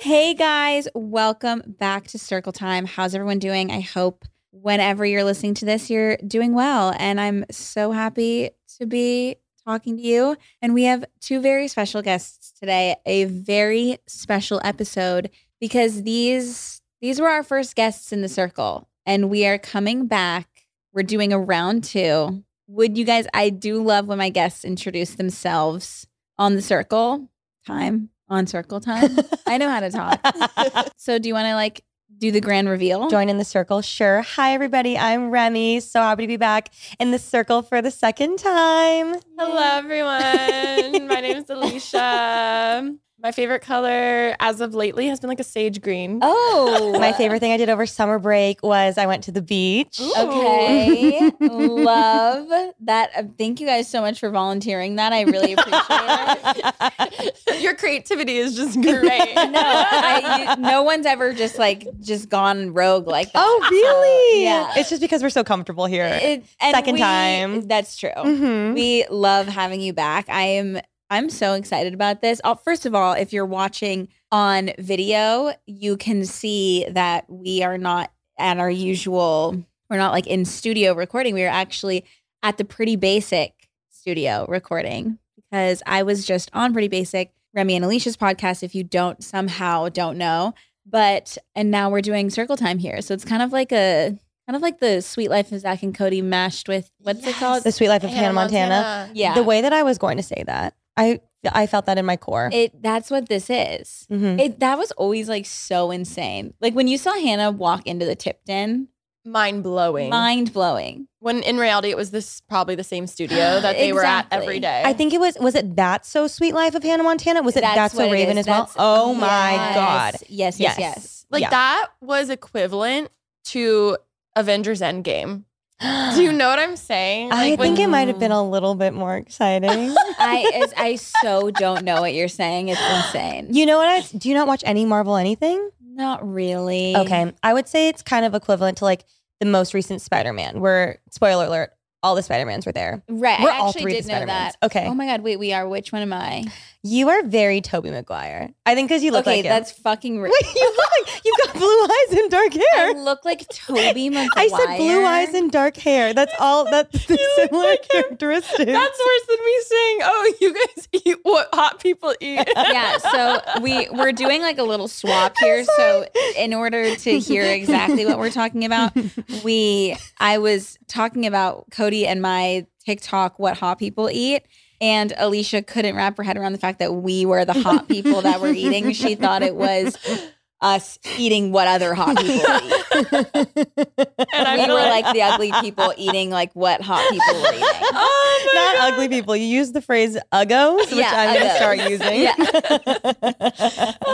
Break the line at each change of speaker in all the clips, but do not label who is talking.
Hey guys, welcome back to Circle Time. How's everyone doing? I hope whenever you're listening to this, you're doing well. And I'm so happy to be talking to you. And we have two very special guests today, a very special episode because these these were our first guests in the circle and we are coming back. We're doing a round 2. Would you guys I do love when my guests introduce themselves on the circle time on circle time. I know how to talk. so do you want to like do the grand reveal?
Join in the circle. Sure. Hi, everybody. I'm Remy. So happy to be back in the circle for the second time.
Hello, everyone. My name is Alicia. My favorite color as of lately has been like a sage green.
Oh,
My favorite thing I did over summer break was I went to the beach.
Okay. Love that. Uh, Thank you guys so much for volunteering that. I really appreciate it.
Your creativity is just great.
No, I, you- no one's ever just like just gone rogue like that.
oh, really?
yeah.
It's just because we're so comfortable here.
It- and
Second
we-
time.
That's true.
Mhm.
We love having you back. I am I'm so excited about this. Uh, First of all, if you're watching on video, you can see that we are not at our usual we're not like in studio recording. We are actually at the Pretty Basic studio recording because I was just on Pretty Basic, Remy and Alicia's podcast if you don't somehow don't know. But and now we're doing circle time here. So it's kind of like a kind of like the sweet life of Zach and Cody mashed with what's it
Yes.
called?
The sweet life of Hannah Montana.
yeah.
The way that I was going to say that, I I felt that in my core.
It that's what this is.
Mhm.
It that was always like so insane. Like when you saw Hannah walk into the Tipton,
Mind blowing.
mind blowing.
when in reality, it was this probably the same studio that they were at
Exactly.
every day.
I think it was was it that so sweet life of Hannah Montana? Was it that's,
what
so Raven
is.
as well?
That's-
Oh my
yes.
god.
Yes, yes,
Yes.
yes.
like
yeah.
that was equivalent to Avengers Endgame. Do you know what I'm saying?
I
Like, when-
think it might have been a little bit more exciting.
I it's, I so don't know what you're saying. It's insane.
you know what? I do you not watch any Marvel anything?
Not really.
Okay, I would say it's kind of equivalent to like the most recent Spider-Man, where spoiler alert, all the Spider-Mans were there.
Right.
We're
I
all
actually
three
did
the
know that.
Spider-Mans. Okay,
Oh my god, wait, we are. Which one am I?
you are very Toby Maguire. I think because you look
okay,
like him.
that's fucking real.
Wait, you look like you've got blue eyes and dark hair.
I look like Toby Maguire.
I said blue eyes and dark hair. That's all. That's the
You look
similar
like him.
characteristics.
that's worse than me saying, "Oh, you guys eat what hot people eat."
yeah so we we're doing like a little swap here so in order to hear exactly what we're talking about we i was talking about cody and my tiktok what hot people eat and alicia couldn't wrap her head around the fact that we were the hot people that were eating she thought it was us eating what other hot people eat
and
we
I'm
were
like,
like the ugly people eating like what hot people were eating
"Oh my
Not ugly people. You use the phrase uggos, which
Yeah,
I'm going
uggos.
to start using.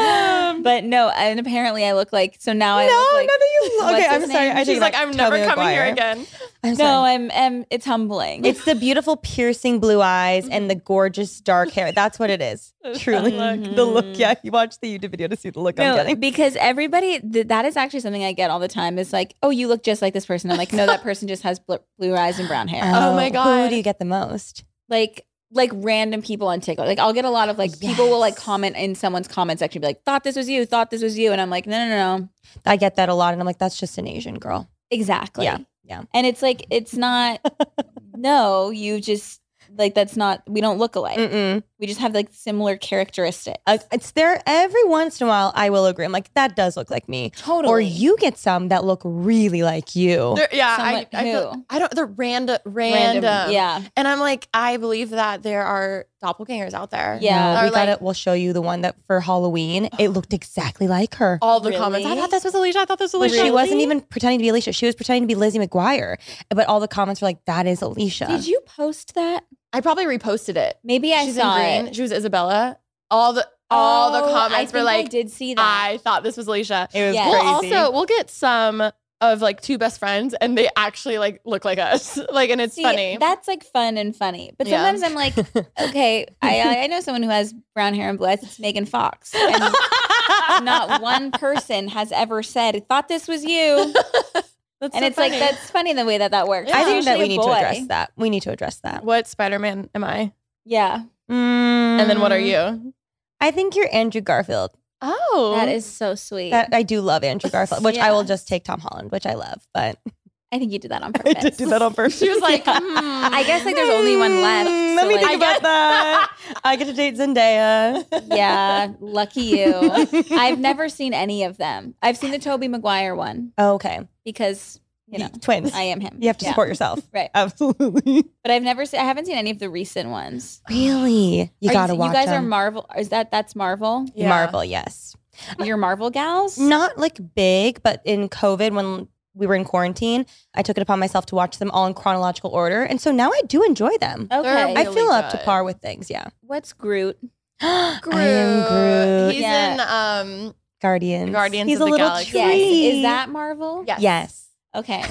Um,
but no and apparently i look like so now i
no,
look like
not that you.
what's
Okay, I'm
his
sorry.
name?
I take
She's
it
like,
back.
I'm never
Tobey
coming here
Maguire.
again.
I'm
no
sorry.
i'm, i it's humbling
it's the beautiful, piercing blue eyes and the gorgeous dark hair. That's what it is. Truly,
look.
the look. Yeah, you watch the YouTube video to see the look I'm
No,
getting.
because everybody th- that is actually something I get all the time. Is like, oh, you look just like this person. I'm like, no, that person just has bl- blue eyes and brown
Uh-huh.
hair.
Oh my
Who
God.
do you get the most?
Like, like random people on TikTok. Like, I'll get a lot of like people will like
Yes.
comment in someone's comment section, be like, thought this was you, thought this was you, and I'm like, no, no, no, no.
I get that a lot, and I'm like, that's just an Asian girl.
exactly.
Yeah, yeah.
And it's like, it's not. no, you just like that's not. We don't look alike.
Mm.
Mm-mm.
We just have like similar characteristics.
Uh, it's there every once in a while. I will agree. I'm like, that does look like me.
totally.
Or you get some that look really like you.
They're- yeah,
Someone
I, I,
who?
feel, I don't. They're random, random.
random. Yeah.
And I'm like, I believe that there are doppelgangers out there.
Yeah.
No,
Or
we
like-
got it. We'll show you the one that for Halloween. It looked exactly like her.
All the
Really?
comments. Oh, I thought this was Alicia. I thought this was
But
Alicia.
she wasn't even pretending to be Alicia. She was pretending to be Lizzie McGuire. But all the comments were like, that is Alicia.
Did you post that?
I probably reposted it.
Maybe e- I
She's in
saw it.
green. She was Isabella. All the all
Oh,
the comments
I
were
think I
like,
did see that.
I thought this was Alicia.
It was
Yeah.
We'll
crazy.
also we'll get some of like two best friends, and they actually like look like us. Like, and it's
See,
funny.
That's like fun and funny. But
Yeah.
sometimes I'm like, okay, I- I, I know someone who has brown hair and blue eyes. It's Megan Fox. And not one person has ever said, I thought this was you.
That's
and
so
it's like,
funny.
that's funny the way that that works.
I
Yeah.
think
It's
that we
usually a
need to
boy.
address that. We need to address that. Mm.
what Spider Man am I?
Yeah.
And then what are you?
I think you're Andrew Garfield.
Oh,
Mm-hmm. That is so sweet.
That I do love Andrew Garfield, which I
Yeah.
will just take Tom Holland, which I love. But
I think you did that on
I
purpose.
did do that on purpose.
She was like,
Yeah.
hmm.
I guess like there's only one left.
Hmm,
so,
Let me
like,
think about that. I get to date Zendaya.
yeah, lucky you. I've never seen any of them. I've seen the Toby Maguire one
okay.
because you know
twins.
I am him.
you have to
Yeah.
support yourself.
Right.
Absolutely.
But I've never seen. I haven't seen any of the recent ones.
Really? You
Are
gotta watch
You guys are
them.
Marvel. Is that that's Marvel?
Yeah.
Marvel, yes.
You're Marvel gals.
Not like big, but in COVID when we were in quarantine, I took it upon myself to watch them all in chronological order. And so now I do enjoy them.
Okay.
I
really
feel up to
good.
par with things, yeah.
What's Groot?
I am Groot.
He's in um
Guardians.
Guardians
He's
of
a
the
little
Galaxy.
tree.
Yes. Is that Marvel?
yes.
Yes.
Okay.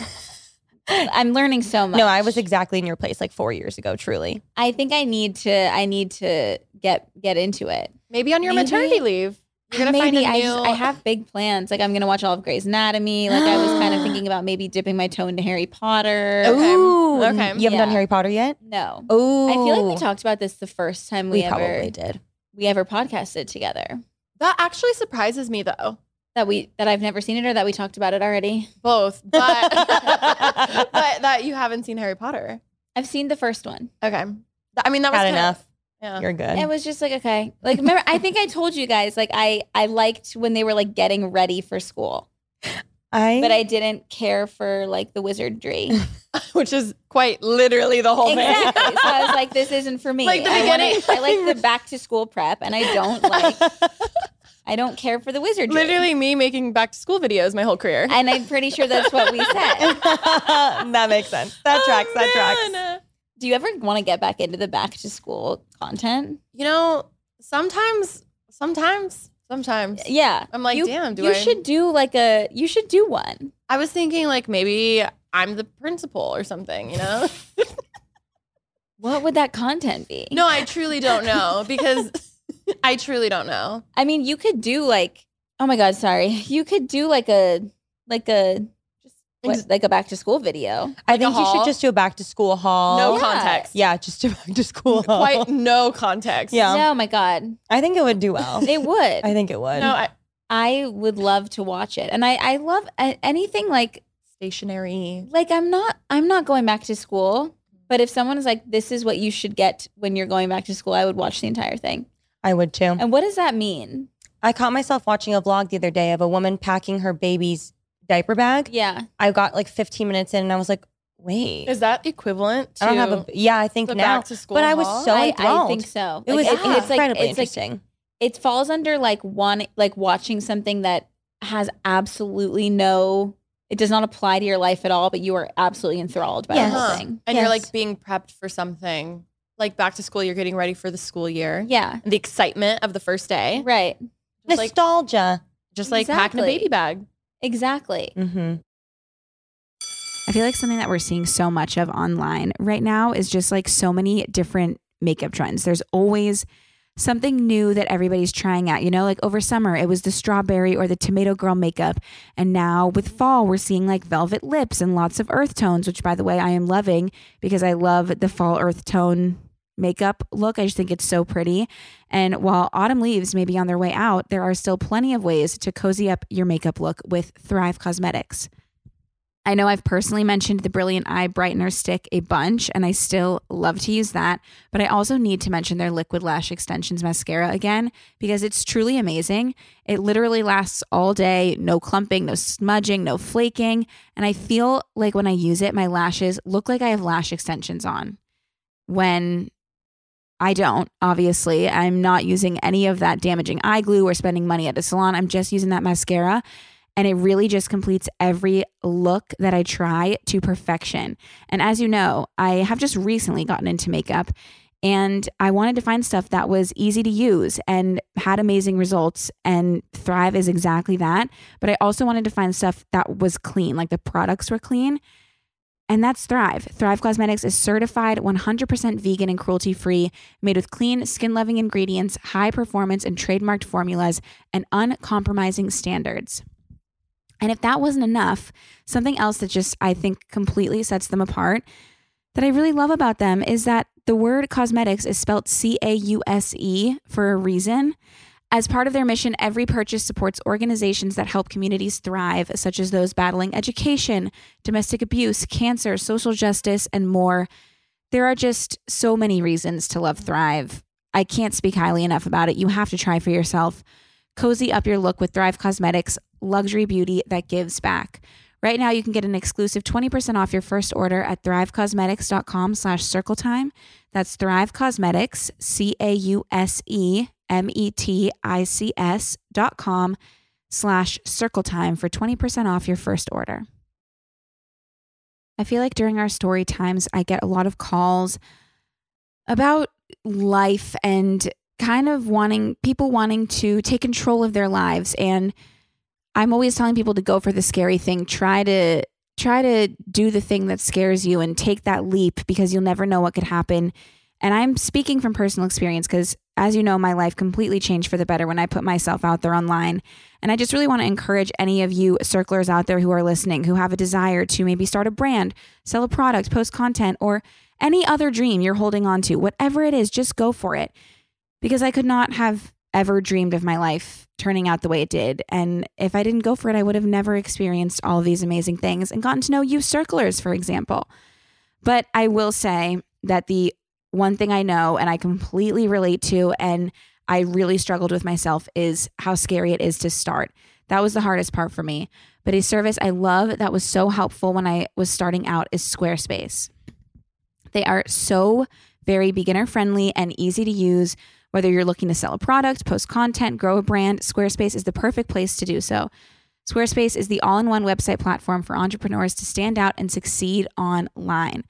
I'm learning so much.
No, I was exactly in your place like four years ago, truly.
I think I need to. I need to get get into it.
Maybe on your
Maybe-
maternity leave. You're gonna
maybe
find a new.
I, I have big plans. Like I'm gonna watch all of Grey's Anatomy. Like I was kind of thinking about maybe dipping my toe into Harry Potter.
Okay.
Ooh.
Okay.
You haven't done
Yeah.
Harry Potter yet?
No,
Oh.
I feel like we talked about this the first time we,
We
ever
probably did.
we ever podcasted together.
that actually surprises me though.
That we that I've never seen it or that we talked about it already.
Both, but but that you haven't seen Harry Potter.
I've seen the first one.
Okay. Th- I mean that was
Had
kind of-
enough.
yeah.
You're good.
It was just like okay. Like remember, I think I told you guys like I I liked when they were like getting ready for school,
I,
but I didn't care for like the wizardry.
Which is quite literally the whole thing.
Exactly. So I was like, this isn't for me.
Like the
I,
beginning.
I like the back to school prep, and I don't like. I don't care for the wizardry.
Literally me making back to school videos my whole career.
And I'm pretty sure that's what we said.
that makes sense.
Oh,
That tracks. that tracks.
tracks.
Do you ever want to get back into the back to school content?
You know, sometimes, sometimes, sometimes.
Yeah.
I'm like,
you,
damn, do
you
I?
should do like a you should do one.
I was thinking like maybe I'm the principal or something. You know?
What would that content be?
no, I truly don't know because I truly don't know.
I mean, you could do like oh my god, sorry. You could do like a like a just what, like a back to school video.
I
Like a
think you should
haul?
just do a back to school haul.
No
Yeah.
context.
Yeah, just do back to school haul.
Quite no context.
Yeah.
Oh my god.
I think it would do
Oh.
well.
It would.
I think it would.
No, I,
I would love to watch it, and I I love a- anything like
stationary.
like I'm not I'm not going back to school, but if someone is like this is what you should get when you're going back to school, I would watch the entire thing.
I would too.
And what does that mean?
I caught myself watching a vlog the other day of a woman packing her baby's diaper bag.
Yeah,
I got like 15 minutes in and I was like, wait.
Is that equivalent to
I don't have a. Yeah, I think
the
now.
back to school?
But I was
haul?
so
I, I
enthralled.
think so.
it was
it,
yeah.
it's like
incredibly
it's like
interesting.
it falls under like one like watching something that has absolutely no it does not apply to your life at all, but you are absolutely enthralled by
Yes.
the whole
Huh.
thing.
and you're
Yes.
like being prepped for something like back to school you're getting ready for the school year
Yeah,
the excitement of the first day
right.
just like
Nostalgia.
just like packing a
Exactly.
baby bag
Exactly.
mm-hmm.
I feel like something that we're seeing so much of online right now is just like so many different makeup trends. There's always something new that everybody's trying out, you know? Like over summer, it was the strawberry or the tomato girl makeup. And now with fall, we're seeing like velvet lips and lots of earth tones, which by the way, I am loving because I love the fall earth tone makeup look. I just think it's so pretty. And while autumn leaves may be on their way out, there are still plenty of ways to cozy up your makeup look with Thrive Cosmetics. I know I've personally mentioned the Brilliant Eye Brightener Stick a bunch, and I still love to use that. But I also need to mention their Liquid Lash Extensions mascara again because it's truly amazing. It literally lasts all day no clumping, no smudging, no flaking. And I feel like when I use it, my lashes look like I have lash extensions on. When I don't, obviously, I'm not using any of that damaging eye glue or spending money at a salon. I'm just using that mascara and it really just completes every look that I try to perfection. And as you know, I have just recently gotten into makeup And I wanted to find stuff that was easy to use and had amazing results. And Thrive is exactly that. But I also wanted to find stuff that was clean, like the products were clean. And that's Thrive. Thrive Cosmetics is certified 100% vegan and cruelty free, made with clean, skin loving ingredients, high performance and trademarked formulas, and uncompromising standards. And if that wasn't enough, something else that just I think completely sets them apart that I really love about them is that the word cosmetics is spelled C A U S E for a reason. As part of their mission, every purchase supports organizations that help communities thrive, such as those battling education, domestic abuse, cancer, social justice, and more. There are just so many reasons to love Thrive. I can't speak highly enough about it. You have to try for yourself. Cozy up your look with Thrive Cosmetics, luxury beauty that gives back. Right now, you can get an exclusive 20% off your first order at thrivecosmetics.com slash circle time. That's Thrive Cosmetics, E C-A-U-S-E-M-E-T-I-C-S dot com slash circle time for 20% off your first order. I feel like during our story times, I get a lot of calls about life and kind of wanting people wanting to take control of their lives. And I'm always telling people to go for the scary thing. Try to try to do the thing that scares you and take that leap because you'll never know what could happen. And I'm speaking from personal experience because as you know, my life completely changed for the better when I put myself out there online. And I just really want to encourage any of you circlers out there who are listening who have a desire to maybe start a brand, sell a product, post content, or any other dream you're holding on to, whatever it is, just go for it. Because I could not have ever dreamed of my life turning out the way it did. And if I didn't go for it, I would have never experienced all these amazing things and gotten to know you circlers, for example. But I will say that the one thing I know and I completely relate to and I really struggled with myself is how scary it is to start. That was the hardest part for me. But a service I love that was so helpful when I was starting out is Squarespace. They are so very beginner friendly and easy to use. Whether you're looking to sell a product, post content, grow a brand, Squarespace is the perfect place to do so. Squarespace is the all in one website platform for entrepreneurs to stand out and succeed online.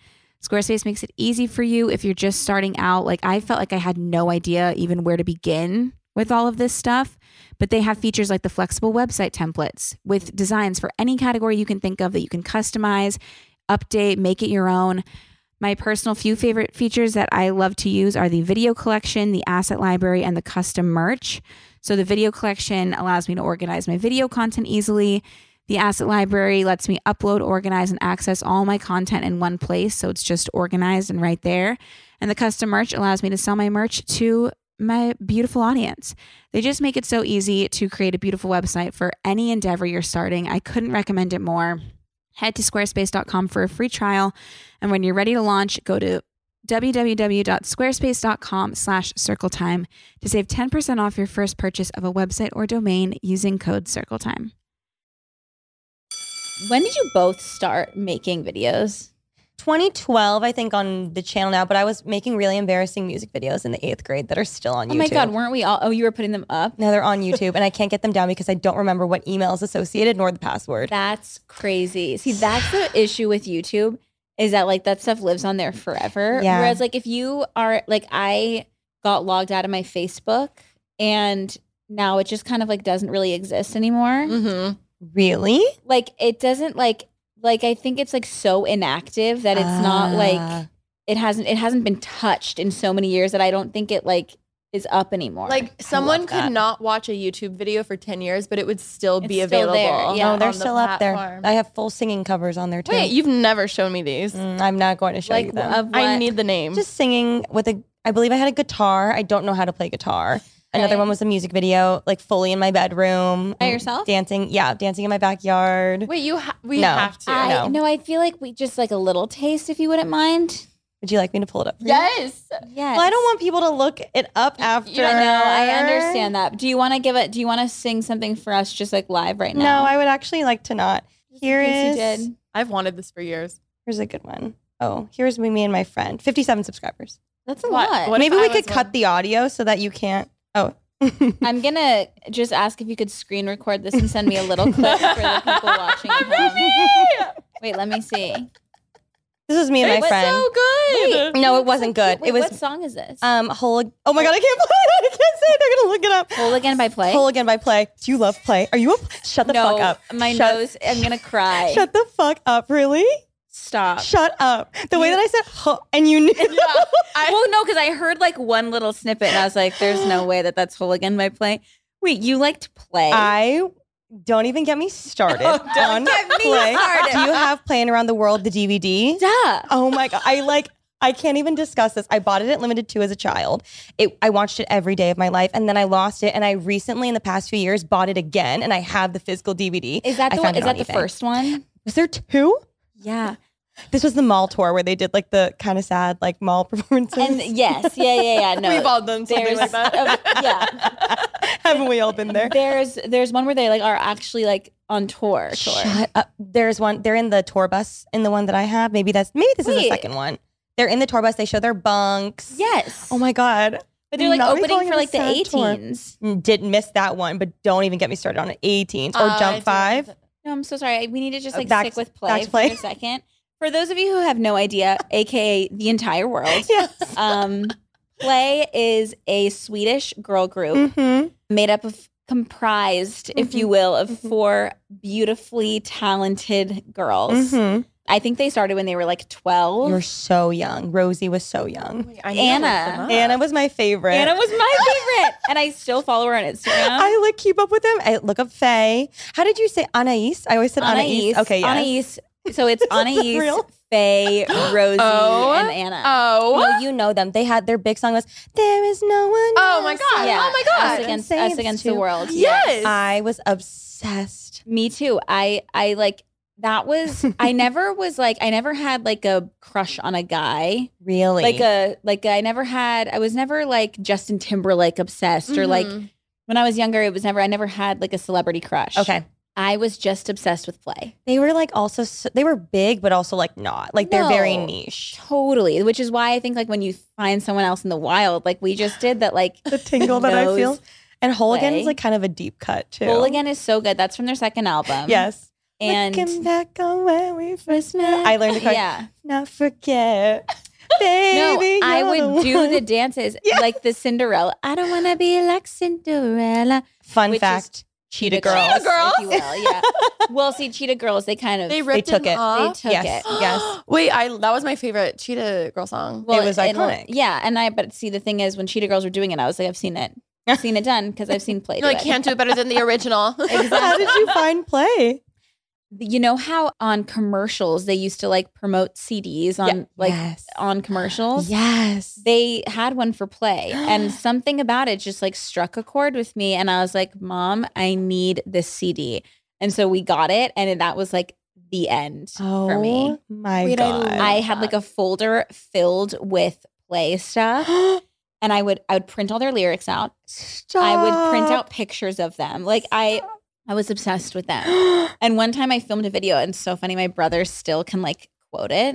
Squarespace makes it easy for you if you're just starting out. Like, I felt like I had no idea even where to begin with all of this stuff, but they have features like the flexible website templates with designs for any category you can think of that you can customize, update, make it your own. My personal few favorite features that I love to use are the video collection, the asset library, and the custom merch. So the video collection allows me to organize my video content easily. The asset library lets me upload, organize, and access all my content in one place. So it's just organized and right there. And the custom merch allows me to sell my merch to my beautiful audience. They just make it so easy to create a beautiful website for any endeavor you're starting. I couldn't recommend it more. Head to squarespace.com for a free trial. And when you're ready to launch, go to www.squarespace.com slash circle time to save 10% off your first purchase of a website or domain using code circle time.
When did you both start making videos?
2012, I think, on the channel now, but I was making really embarrassing music videos in the eighth grade that are still on
Oh
YouTube.
my God, weren't we all? Oh, you were putting them up?
No, they're on YouTube, and I can't get them down because I don't remember what email is associated nor the password.
That's crazy. See, that's the issue with YouTube is that like that stuff lives on there forever.
Yeah.
Whereas like if you are like I got logged out of my Facebook and now it just kind of like doesn't really exist anymore.
Mm.
Mm-hmm.
Really?
Like it doesn't like like I think it's like so inactive that it's not like
Ah.
it hasn't it hasn't been touched in so many years that I don't think it like is up anymore.
Like someone could not watch a YouTube video for 10 years, but it would still be
It's still
available.
there, yeah.
No,
on
they're
the
still up there.
platform.
I have full singing covers on there too.
Wait, you've never shown me these.
Mm, I'm not going to show
like
you them.
of what?
I need the name.
just singing with a I believe I had a guitar. I don't know how to play guitar. Another
Okay.
one was a music video, like fully in my bedroom.
By yourself?
Dancing. Yeah, dancing in my backyard.
Wait, you ha- we
No.
have to.
I
No.
no, I feel like we just like a little taste if you wouldn't mind.
Would you like me to pull it up? for you?
Yes.
Yes.
Well, I don't want people to look it up after.
don't
No, I understand that. Do you want to give it? Do you want to sing something for us, just like live right
No,
now?
I would actually like to not. Here
Yes,
is
you did.
I've wanted this for years.
here's a good one. Oh, here's me, me and my friend. 57 subscribers.
That's a
What-
lot.
what- if
Maybe
I
we
was
could cut
one?
the audio so that you can't. Oh.
I'm gonna just ask if you could screen record this and send me a little clip for the people watching. at home. Wait, let me see.
This was me and my
it's
friend.
so good.
no, it wasn't good.
Wait,
it was
what song is this?
um whole. Oh my god, I can't play. it. I can't say it. They're gonna look it up.
Whole Again by Play?
Whole again by play. Do you love play? Are you a? Shut the
no,
fuck up.
my
shut,
nose. I'm gonna cry.
Shut the fuck up. Really?
Stop.
Shut up. The way that I said huh, and you knew.
I-
well, no, because I heard like one little snippet, and I was like, "There's no way that that's Whole Again by Play." Wait, you liked play?
I don't even get me started on
Oh, get me
play.
started.
Do you have playing around the world the DVD?
Duh.
Oh my god! I like. I can't even discuss this. I bought it at Limited Two as a child. It, I watched it every day of my life, and then I lost it. And I recently, in the past few years, bought it again, and I have the physical DVD.
Is that
I
the
found
one?
it
Is that
on
the
eBay.
first one?
Was there two?
Yeah.
This was the mall tour where they did like the kind of sad like mall performances.
And yes, yeah, yeah, yeah. No,
We've all done something
there's
like that.
a- yeah.
Haven't we all been there?
There's there's one where they like are actually like on tour. Tour.
Shut up. There's one. They're in the tour bus in the one that I have. Maybe that's maybe this is
Wait.
the second one. They're in the tour bus. They show their bunks.
Yes.
Oh my god.
But they're like
Not me
opening
calling
for
it a
like the
sad tour. Mm,
18s.
Didn't miss that one, but don't even get me started on it. 18s or
Uh, I do
Jump Five.
No, I'm so sorry. I- We need to just
Uh,
like
back
stick
to-
with
back
play,
to play.
for a second. For those of you who have no idea, aka the entire world,
Yes.
um, play is a Swedish girl group
hmm
made up of comprised, if
Mm-hmm.
you will, of four beautifully talented girls. I think they started when they were like 12.
Mm-hmm. You're so young. Rosie was so young.
Wait, I need to look
Anna.
them up.
Anna was my favorite.
Anna was my favorite, and I still follow her on Instagram.
I like keep up with them. I look up Faye. How did you say Anais? I always said Anais. Okay, yes.
Anais. So it's Anais,
real?
Faye, Rosie,
Oh.
and Anna.
Oh.
No, you know them. They had their big song was "There is no one."
Oh my
else."
God.
Yeah.
Oh my God.
Us against,
Saves
us against the
to-
world.
Yes.
I was obsessed.
Me too. I I like that was I never was like I never had like a crush on a guy.
Really,
Like a like I never had I was never like Justin Timberlake obsessed or like
Mm-hmm.
Mhm.
when I was younger it was never I never had like a celebrity crush.
okay.
I was just obsessed with play.
They were like also so, they were big, but also like not like they're very
No.
niche.
Totally, which is why I think like when you find someone else in the wild, like we just did, that like
The tingle that I feel.
Those
And Hooligan is
play.
like kind of a deep cut too.
Bull Again is so good. That's from their second album.
Yes.
and
Looking back on where we first met. I learned to cry.
yeah.
Not forget, baby.
no, I
you're
would do
one.
the dances
Yeah.
like the Cinderella. I don't want to be like Cinderella.
Fun
which is
fact: Cheetah
The
Girls.
Cheetah girls, if you will. Yeah. well, see, Cheetah Girls, they kind of
They
they,
ripped
took
them
it.
off.
took
Yes.
it.
Yes.
Wait, I that was my favorite Cheetah Girl song.
Well,
It was
it'll-
iconic.
yeah, and I but see the thing is when Cheetah Girls were doing it, I was like, I've seen it, I've seen it done because I've seen play.
No,
do
I
it.
can't do it better than the original.
How did you find play?
You know how on commercials they used to like promote CDs on like
yes.
on commercials.
Yes.
they had one for play and something about it just like struck a chord with me and i was like mom i need this cd and so we got it and that was like the end
oh
for me
my
Wait, I
god.
love-
i had like a folder filled with play stuff and i would i would print all their lyrics out
Stop.
i would print out pictures of them like i i was obsessed with them and one time I filmed a video, and it's so funny, my brother still can like quote it.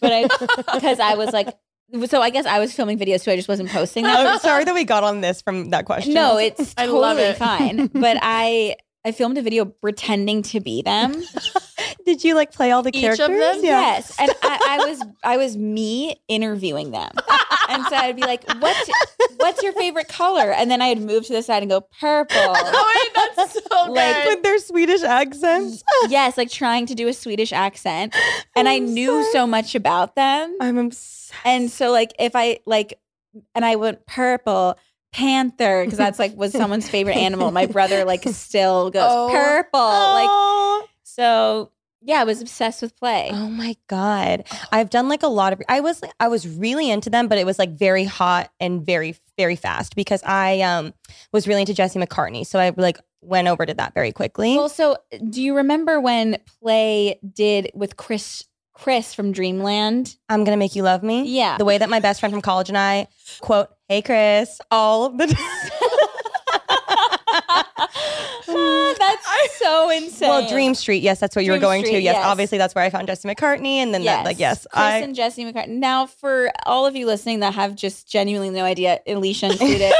But I, because I was like, so I guess I was filming videos too. I just wasn't posting them.
oh, sorry that we got on this from that question.
No, it's
I
totally
love it.
fine. But I, I filmed a video pretending to be them.
Did you like play all the
Each of
characters?
them?
Yes, and I, I was, I was me interviewing them, and so I'd be like, "What's, what's your favorite color?" And then I'd move to the side and go purple.
oh wait, that's so
Like-
good.
With their Swedish accents.
Yes, like trying to do a Swedish accent, and I
I'm
knew
sorry.
so much about them.
I'm obsessed.
And so like if I like and I went purple panther because that's like was someone's favorite animal. My brother like still goes
Oh.
purple. Like
Oh.
so yeah, I was obsessed with play.
Oh my god. I've done like a lot of I was I was really into them but it was like very hot and very very fast because I um was really into Jesse McCartney so I like went over to that very quickly.
Well, so do you remember when play did with Chris Chris from Dreamland?
I'm going to make you love me.
Yeah.
Mm-hmm. The way that my best friend from college and I quote, "Hey Chris," all of the
Ah, that's so insane.
Well, Dream Street, yes, that's what you were
Dream
going to.
Street,
Yes,
yes.
obviously that's where I found Jesse McCartney, and then that, like, yes,
Chris
I
and Jesse McCartney. Now, for all of you listening that have just genuinely no idea, Alicia included,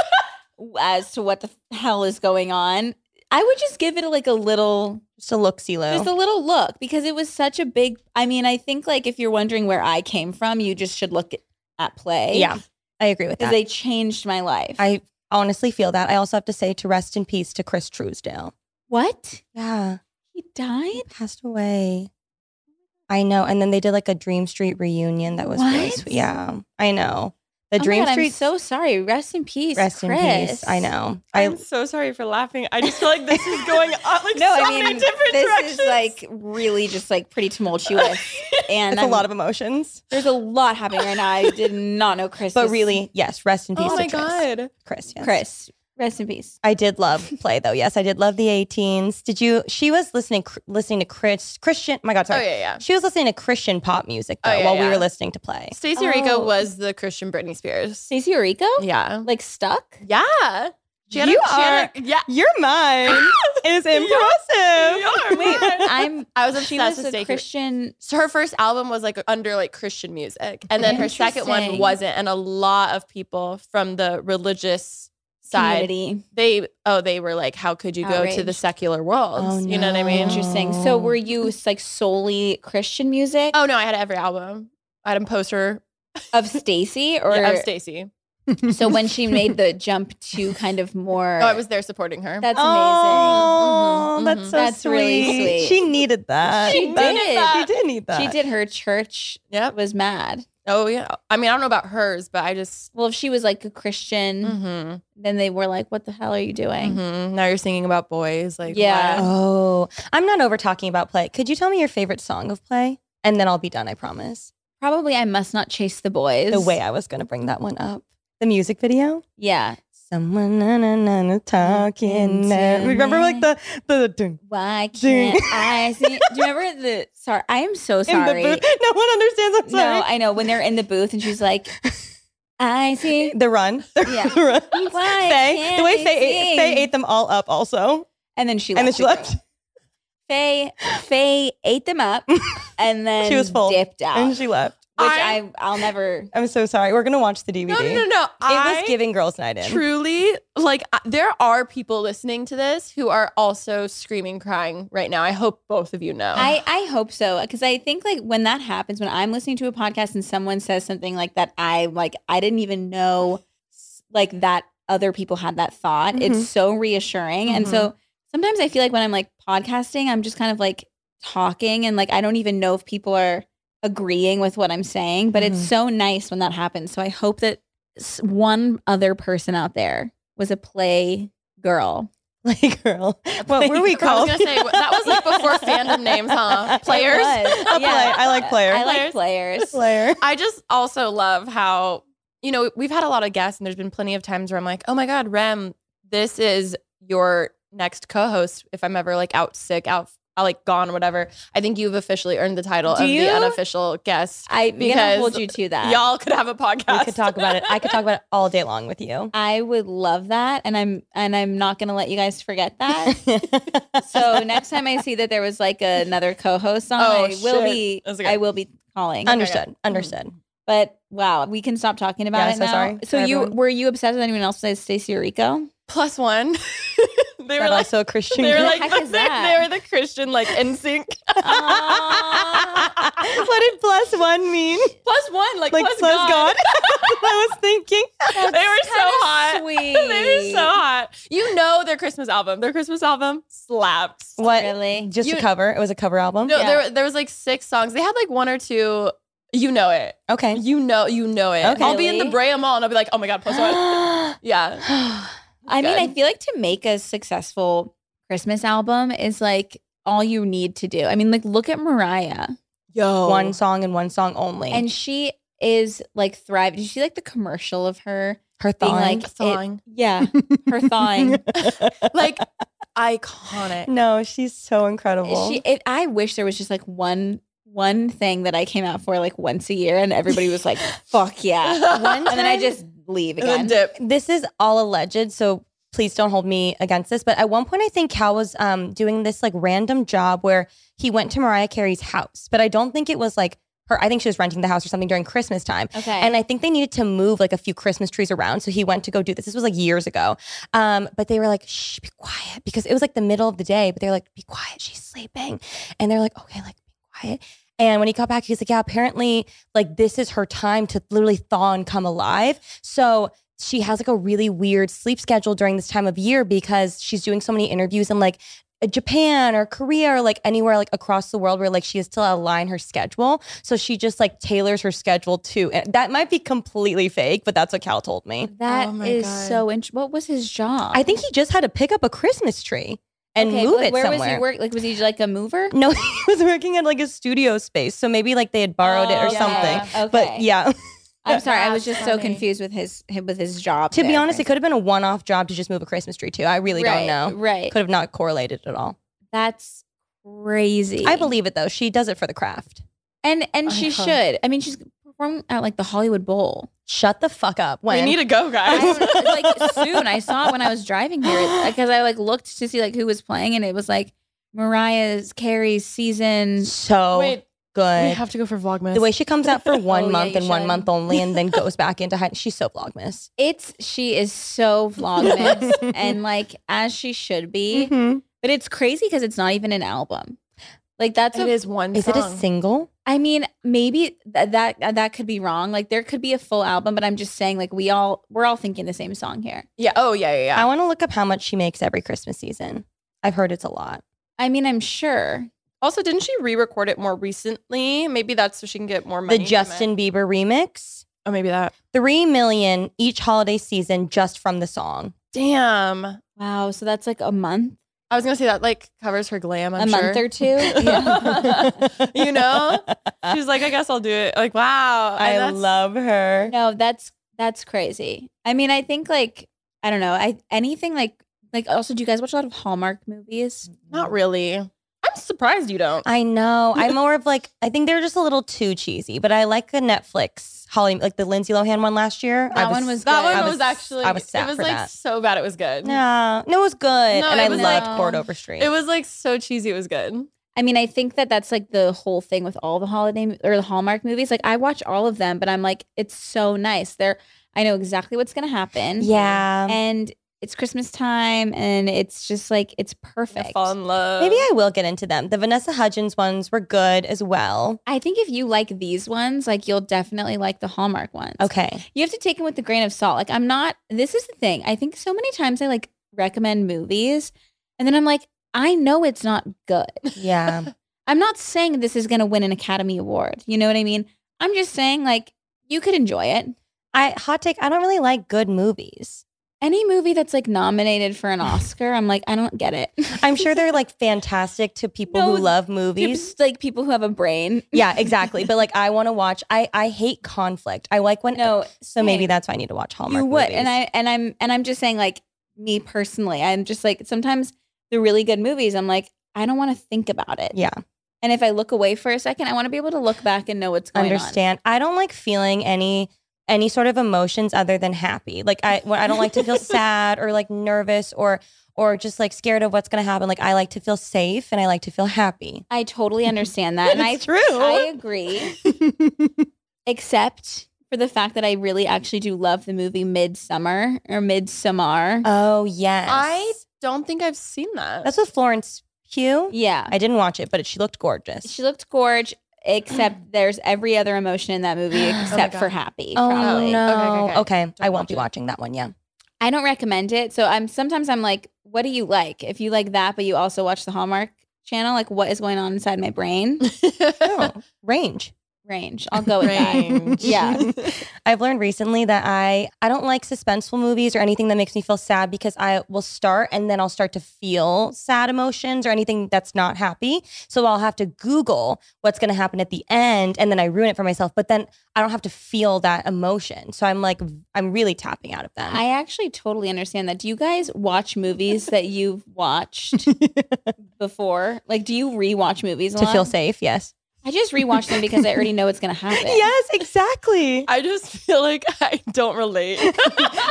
as to what the hell is going on, I would just give it like a little
Just a look, see
Just a little look because it was such a big. I mean, I think like if you're wondering where I came from, you just should look at, at play.
Yeah, I agree with that.
because they changed my life.
I honestly feel that. I also have to say to rest in peace to Chris Truesdale.
what
Yeah,
he died?
passed away. I know. And then they did like a Dream Street reunion that was really
What?
sweet. Yeah, I know. The
Oh my
Dream
God,
Street.
I'm so sorry. Rest in peace.
rest in
Chris.
peace. I know.
I'm
I
so sorry for laughing. I just feel like this is going on like
No,
so
I mean
many different
this
directions.
is like really just like pretty tumultuous, and
it's a
I'm-
lot of emotions.
there's a lot happening right now. I did not know Chris,
But
was-
really, yes, rest in peace
oh
to
my
Chris.
god.
Chris, yes.
Chris, rest in peace.
I did love play though. Yes, I did love the 18s. Did you? She was listening cr- listening to Chris Christian. My God,
Oh
sorry.
yeah, yeah.
She was listening to Christian pop music though
Oh, yeah,
while we
yeah.
were listening to play.
Stacey
Oh.
Rico was the Christian Britney Spears.
Stacey Orico,
Yeah.
like stuck.
Yeah.
You
a, yeah.
Your mind is impressive.
You are
Wait,
right.
I'm.
I was
She
obsessed
was
with
a
Stacey.
Christian.
so her first album was like under like Christian music, and then her second one
Interesting.
wasn't. And a lot of people from the religious side,
Community.
they oh they were like, how could you go to the
Outraged.
secular world?
Oh,
You know what I mean?
no.
Interesting. So were you like solely Christian music
Oh no, I had every album. I had a poster
of Stacy or
yeah, of Stacey.
so when she made the jump to kind of more
Oh, I was there supporting her.
That's Mm-hmm.
Oh,
Mhm,
that's
mhm.
so
That's
sweet.
really sweet.
She needed that.
She
That-
did.
She did need that.
amazing. She did her church
yep.
was mad.
Oh yeah. I mean, I don't know about hers, but I just.
Well, if she was like a Christian,
Mm-hmm.
Mhm.
then they were like, "What the hell are you doing?"
Mhm. Now you're singing about boys, like
Yeah.
what?
Oh, I'm not over talking about play. Could you tell me your favorite song of play? And then I'll be done, I promise.
Probably, I must not chase the boys.
The way I was going to bring that one up. The music video?
yeah.
Someone na na na na talking.
Talking to
now. Remember like
me.
the the dun,
Why
Ding.
can't I see? Do you remember the? Sorry, I am so
in the
sorry.
booth. No one understands. I'm sorry.
no, I know when they're in the booth and she's like, "I see."
the run. The
Yeah.
run.
Why
Faye.
can't
The way
they
Faye ate, Faye
sing?
ate them all up also.
And then she left.
And then she
the group.
left.
Faye Faye ate them up and then
She was full.
dipped out.
And she left.
which
I-
I, I will never
I'm so sorry. We're gonna watch the DVD.
No, no, no, no.
It
I
was giving girls' night in.
truly like I- there are people listening to this who are also screaming, crying right now. I hope both of you know.
I, I hope so because I think like when that happens when I'm listening to a podcast and someone says something like that I like I didn't even know s- like that other people had that thought
Mhm.
it's so reassuring and
Mm-hmm.
so sometimes I feel like when I'm like podcasting I'm just kind of like talking and like I don't even know if people are agreeing with what I'm saying but
Mhm.
it's so nice when that happens so I hope that s- one other person out there was a play girl
Play girl. What were we
I was
called?
gonna say that was like before fandom names, huh? Players.
It was.
A play- I like player.
I like
Players.
players
Player.
I just also love how you know we've had a lot of guests, and there's been plenty of times where I'm like, oh my god, Rem, this is your next co-host. If I'm ever like out sick, out uh, like gone, whatever, I think you've officially earned the title
Do
of
you?
the unofficial guest.
I am gonna
Because
hold you to that.
Y'all could have a podcast.
We could talk about it. I could talk about it all day long with you.
I would love that, and I'm and I'm not gonna let you guys forget that. so next time I see that there was like another co-host on,
Oh,
I will
shit.
be
That's okay.
I will be calling.
understood. Understood.
but wow, we can stop talking about
Yeah,
it
so
now.
sorry
So
for
you
everyone.
were you obsessed with anyone else besides Stacey Rico?
Plus one. they
Is
were
that
like.
also a Christian.
They were
group?
like
heck is
they,
that?
were the Christian like in sync. "Ah."
Aw.
what did plus one mean?
Plus one, like,
Like
plus,
plus
God.
God. I was thinking.
they were so hot.
Sweet.
They were so hot. You know their Christmas album. Their Christmas album slaps.
What?
Really?
Just a
You-
cover. It was a cover album.
No,
Yeah.
there there was like six songs. They had like one or two. You know it.
Okay.
You know you know it.
Okay.
I'll be in the
Really?
Brea Mall and I'll be like, oh my god, plus one. Yeah.
I mean, I
Good.
feel like to make a successful Christmas album is like all you need to do. I mean, like look at Mariah.
Yo.
one song and one song only.
And she is like thriving. Did you see like the commercial of her
her
being
thong.
like, it-
Thawing.
yeah, her thawing.
Like iconic.
no, she's so incredible.
she, it, I wish there was just like one one thing that I came out for like once a year, and everybody was like, "Fuck yeah!"
One
And then I
time-
just leave
And then
again.
dip.
this is all alleged, so please don't hold me against this. But at one point, I think Cal was um, doing this like random job where he went to Mariah Carey's house, but I don't think it was like her, I think she was renting the house or something during Christmas time.
Okay.
And I think they needed to move like a few Christmas trees around. So he went to go do this. This was like years ago. Um, but they were like, shh, be quiet. Because it was like the middle of the day, but they were like, be quiet, she's sleeping. And they're like, okay, like be quiet. And when he got back, he's like, yeah, apparently, like this is her time to literally thaw and come alive. So she has like a really weird sleep schedule during this time of year because she's doing so many interviews in like Japan or Korea or like anywhere like across the world where like she has to align her schedule. So she just like tailors her schedule to and that might be completely fake, but that's what Cal told me.
That
Oh
is
my God.
so interesting. What was his job?
I think he just had to pick up a Christmas tree and
Okay,
move
but
it
where
somewhere.
was he work? Like, was he like a mover?
no, he was working at like a studio space. So maybe like they had borrowed it or
Oh,
something.
yeah.
Okay.
But yeah.
I'm sorry, I was
That's
just so
funny.
confused with his with his job.
to be
there.
honest, it could have been a one off job to just move a Christmas tree too. I really don't
right,
know.
Right,
Could have not correlated at all.
that's crazy.
I believe it though. She does it for the craft.
and
Oh
and
my
she
God.
should. I mean, she's performing at like the Hollywood Bowl.
Shut the fuck up. When
We need to go,
I
guys.
don't, it's, like soon, I saw it when I was driving here because I like looked to see like who was playing, and it was like Mariah's Carey's season.
so
Wait,
good.
we have to go for Vlogmas.
The way she comes out for one
Oh, yeah,
month
you
and one
should.
month only, and then goes back into hiding. She's so vlogmas.
It's she is so vlogmas and like as she should be, but it's crazy because it's not even an album. Like that's
it
a
is one.
Is it a
song.
single?
I mean, maybe th- that uh, that could be wrong. Like there could be a full album, but I'm just saying like we all we're all thinking the same song here.
Yeah. Oh yeah. Yeah. yeah.
I want to look up how much she makes every Christmas season. I've heard it's a lot.
I mean, I'm sure.
Also, didn't she re-record it more recently? Maybe that's so she can get more money.
the
from it.
Justin Bieber remix,
Oh, maybe that.
three million each holiday season just from the song.
Damn.
Wow, so that's like a month,
I was gonna say that like covers her glam. I'm
a
sure.
month or two. Yeah.
You know? She's like, I guess I'll do it. Like, wow. And
I
that's-
love her.
no, that's that's crazy. I mean, I think like I don't know. I anything like like also do you guys watch a lot of Hallmark movies?
Not really. I'm surprised you don't.
I know. I'm more of like I think they're just a little too cheesy, but I like the Netflix Holly like the Lindsay Lohan one last year. I
That one was
that
good.
one
I
was,
was-
actually.
I was sad
it was
for
like
that.
so bad. It was good.
no, no, it was good,
No,
and
it
I
was
loved
like-
Court Overstreet.
It was like so cheesy. It was good.
I mean, I think that that's like the whole thing with all the holiday mo- or the Hallmark movies. Like I watch all of them, but I'm like, it's so nice. They're I know exactly what's gonna happen.
yeah.
and it's Christmas time, and it's just like it's
I
perfect.
Fall in love.
Maybe I will get into them. The Vanessa Hudgens ones were good as well.
I think if you like these ones, like you'll definitely like the Hallmark ones.
Okay.
you have to take them with a grain of salt. Like I'm not. This is the thing. I think so many times I like recommend movies, and then I'm like, I know it's not good.
Yeah.
I'm not saying this is gonna win an Academy Award. You know what I mean? I'm just saying like you could enjoy it.
I hot take, I don't really like good movies.
Any movie that's like nominated for an Oscar, I'm like, I don't get it.
I'm sure they're like fantastic to people
No,
who love
It's
movies.
like people who have a brain.
Yeah, exactly. But like I want to watch I I hate conflict. I like when
No,
so maybe
same.
that's why I need to watch Hallmark.
you would
movies.
and i and i'm and i'm just saying like me personally i'm just like sometimes the really good movies i'm like i don't want to think about it
Yeah.
and if i look away for a second i want to be able to look back and know what's going
understand. I don't like feeling any any sort of emotions other than happy. Like I when I don't like to feel sad or like nervous or or just like scared of what's going to happen. Like I like to feel safe and I like to feel happy.
on i totally understand that and i
It's true.
i agree except for the fact that i really actually do love the movie midsummer or midsummer
Oh yes,
I don't think I've seen that.
That's with Florence Pugh.
yeah
I didn't watch it, but it, she looked gorgeous.
she looked gorge except there's every other emotion in that movie
Oh my
except for
God.
happy
oh
probably.
no.
Okay,
Okay,
okay, okay.
I
Don't
won't
watch
be
it.
watching that one. Yeah.
I don't recommend it. So I'm sometimes I'm like, what do you like? If you like that, but you also watch the Hallmark channel, like what is going on inside my brain?
Oh, range.
Range. I'll
oh,
go with that.
Range.
Yeah.
I've learned recently that I I don't like suspenseful movies or anything that makes me feel sad because I will start and then I'll start to feel sad emotions or anything that's not happy. So I'll have to Google what's going to happen at the end and then I ruin it for myself. But then I don't have to feel that emotion. So I'm like I'm really tapping out of them.
I actually totally understand that. Do you guys watch movies that you've watched before? Like, do you rewatch movies a
to
lot?
feel safe, yes.
I just rewatch them because I already know what's going to happen.
Yes, exactly.
I just feel like I don't relate.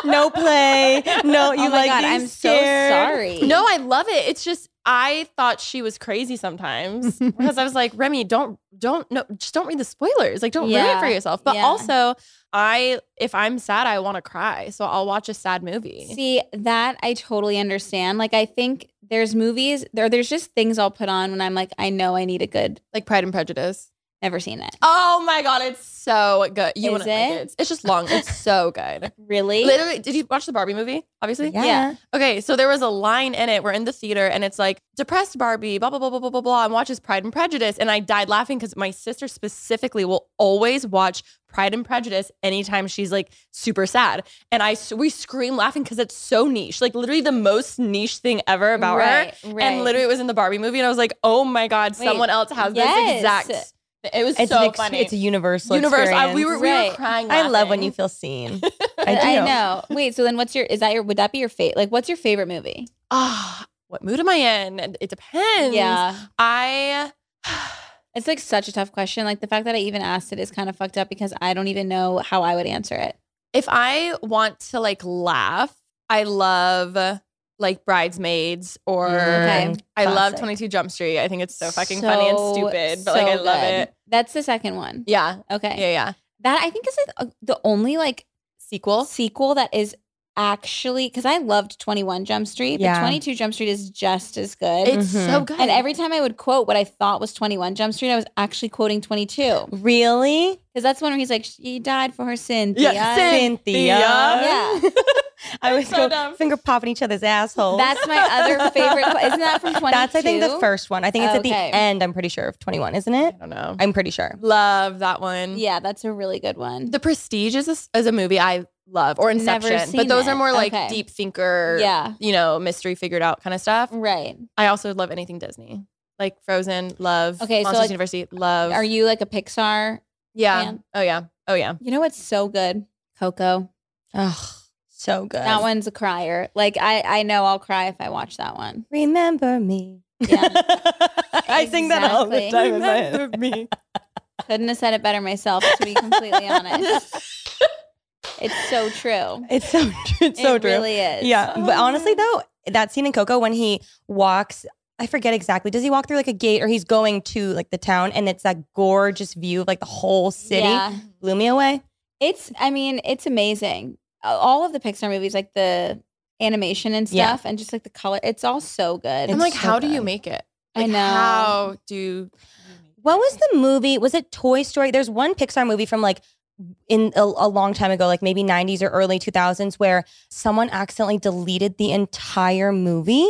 no play. No, you
oh my
like
God,
being
I'm
scared.
so sorry.
No, I love it. It's just I thought she was crazy sometimes because I was like, Remy, don't don't no, just don't read the spoilers. Like, don't ruin
Yeah.
it for yourself. But
Yeah.
also, I if I'm sad, I want to cry, so I'll watch a sad movie.
See, that I totally understand. Like, I think there's movies, there, there's just things I'll put on when I'm like, I know I need a good,
like Pride and Prejudice.
never seen it.
Oh my god, it's so good. You
Is
wouldn't like
it?
it. It's, it's just long. It's so good.
Really?
Literally, did you watch the Barbie movie? Obviously.
Yeah.
Yeah.
Okay, so there was a line in it. We're in the theater, and it's like depressed Barbie, blah blah blah blah blah blah blah, and watches Pride and Prejudice. And I died laughing because my sister specifically will always watch Pride and Prejudice anytime she's like super sad, and I s- we scream laughing because it's so niche, like literally the most niche thing ever about her.
right, Right.
And literally, it was in the Barbie movie, and I was like, oh my god,
Wait,
someone else has
yes.
this exact. It was
It's
so
an ex-
funny.
It's a universal
universe. I, we
experience.
were we
Right.
were crying.
I love when
laughing.
you feel seen. I do.
But I, know. Wait, so then what's your, is that your, would that be your fate? Like, what's your favorite movie?
ah, what mood am I in? And It depends.
Yeah.
I
It's like such a tough question. Like, the fact that I even asked it is kind of fucked up because I don't even know how I would answer it.
if I want to like laugh, I love like bridesmaids or
Okay.
I love
classic.
22 Jump Street. I think it's so fucking funny and
Mm-hmm. So,
stupid, but like I
so
love
good.
it.
That's the second one.
Yeah.
Okay.
Yeah, yeah.
That I think is like a- the only like
Sequel.
sequel that is actually because I loved 21 Jump Street,
Yeah.
but 22 Jump Street is just as good.
It's so
Mhm.
good.
Mm-hmm. and every time I would quote what I thought was 21 Jump Street, I was actually quoting 22 because
Really?
that's the one where he's like, "She died for her sin."
Yeah,
Thea."
sin.
Cynthia.
Yeah.
I was
That's so
go
dumb.
finger popping each other's asshole.
That's my other favorite. qu- Isn't that from 22?
That's I think the first one. I think it's
Okay.
at the end. I'm pretty sure of 21, isn't
I
it?
don't know. I
I'm pretty sure.
love that
Mm-hmm.
one.
Yeah, that's a really good one.
The Prestige is a, is a movie I love or
Never
Inception,
seen
but those
it.
are more like
Okay.
deep thinker,
yeah, Mm.
you know, mystery figured out kind of stuff.
right.
I also love anything Disney, like Frozen, love.
Okay, so,
Monsters
like,
University, love.
Are you like a Pixar?
Yeah.
fan?
Oh yeah. Oh yeah.
You know what's so good? Coco.
Oh, so good.
That one's a crier. Like I, I know I'll cry if I watch that one.
Remember me.
Yeah.
I sing that all the
Exactly.
time. in my head.
me.
Couldn't have said it better myself, to be completely honest. It's so true.
It's so true. It's so
it
true.
really is. Oh,
Yeah. But honestly, though, that scene in Coco when he walks, I forget exactly. Does he walk through like a gate or he's going to like the town and it's that gorgeous view of like the whole city?
Yeah.
Blew me away.
It's I mean, it's amazing. All of the Pixar movies, like the animation and
Yeah.
stuff, and just like the color, it's all so good.
I'm
It's
like,
so
how do you
good.
make it?
I
Like,
know.
How do you
What was the movie? Was it Toy Story? There's one Pixar movie from like in a, a long time ago, like maybe 90s or early 2000s, where someone accidentally deleted the entire movie,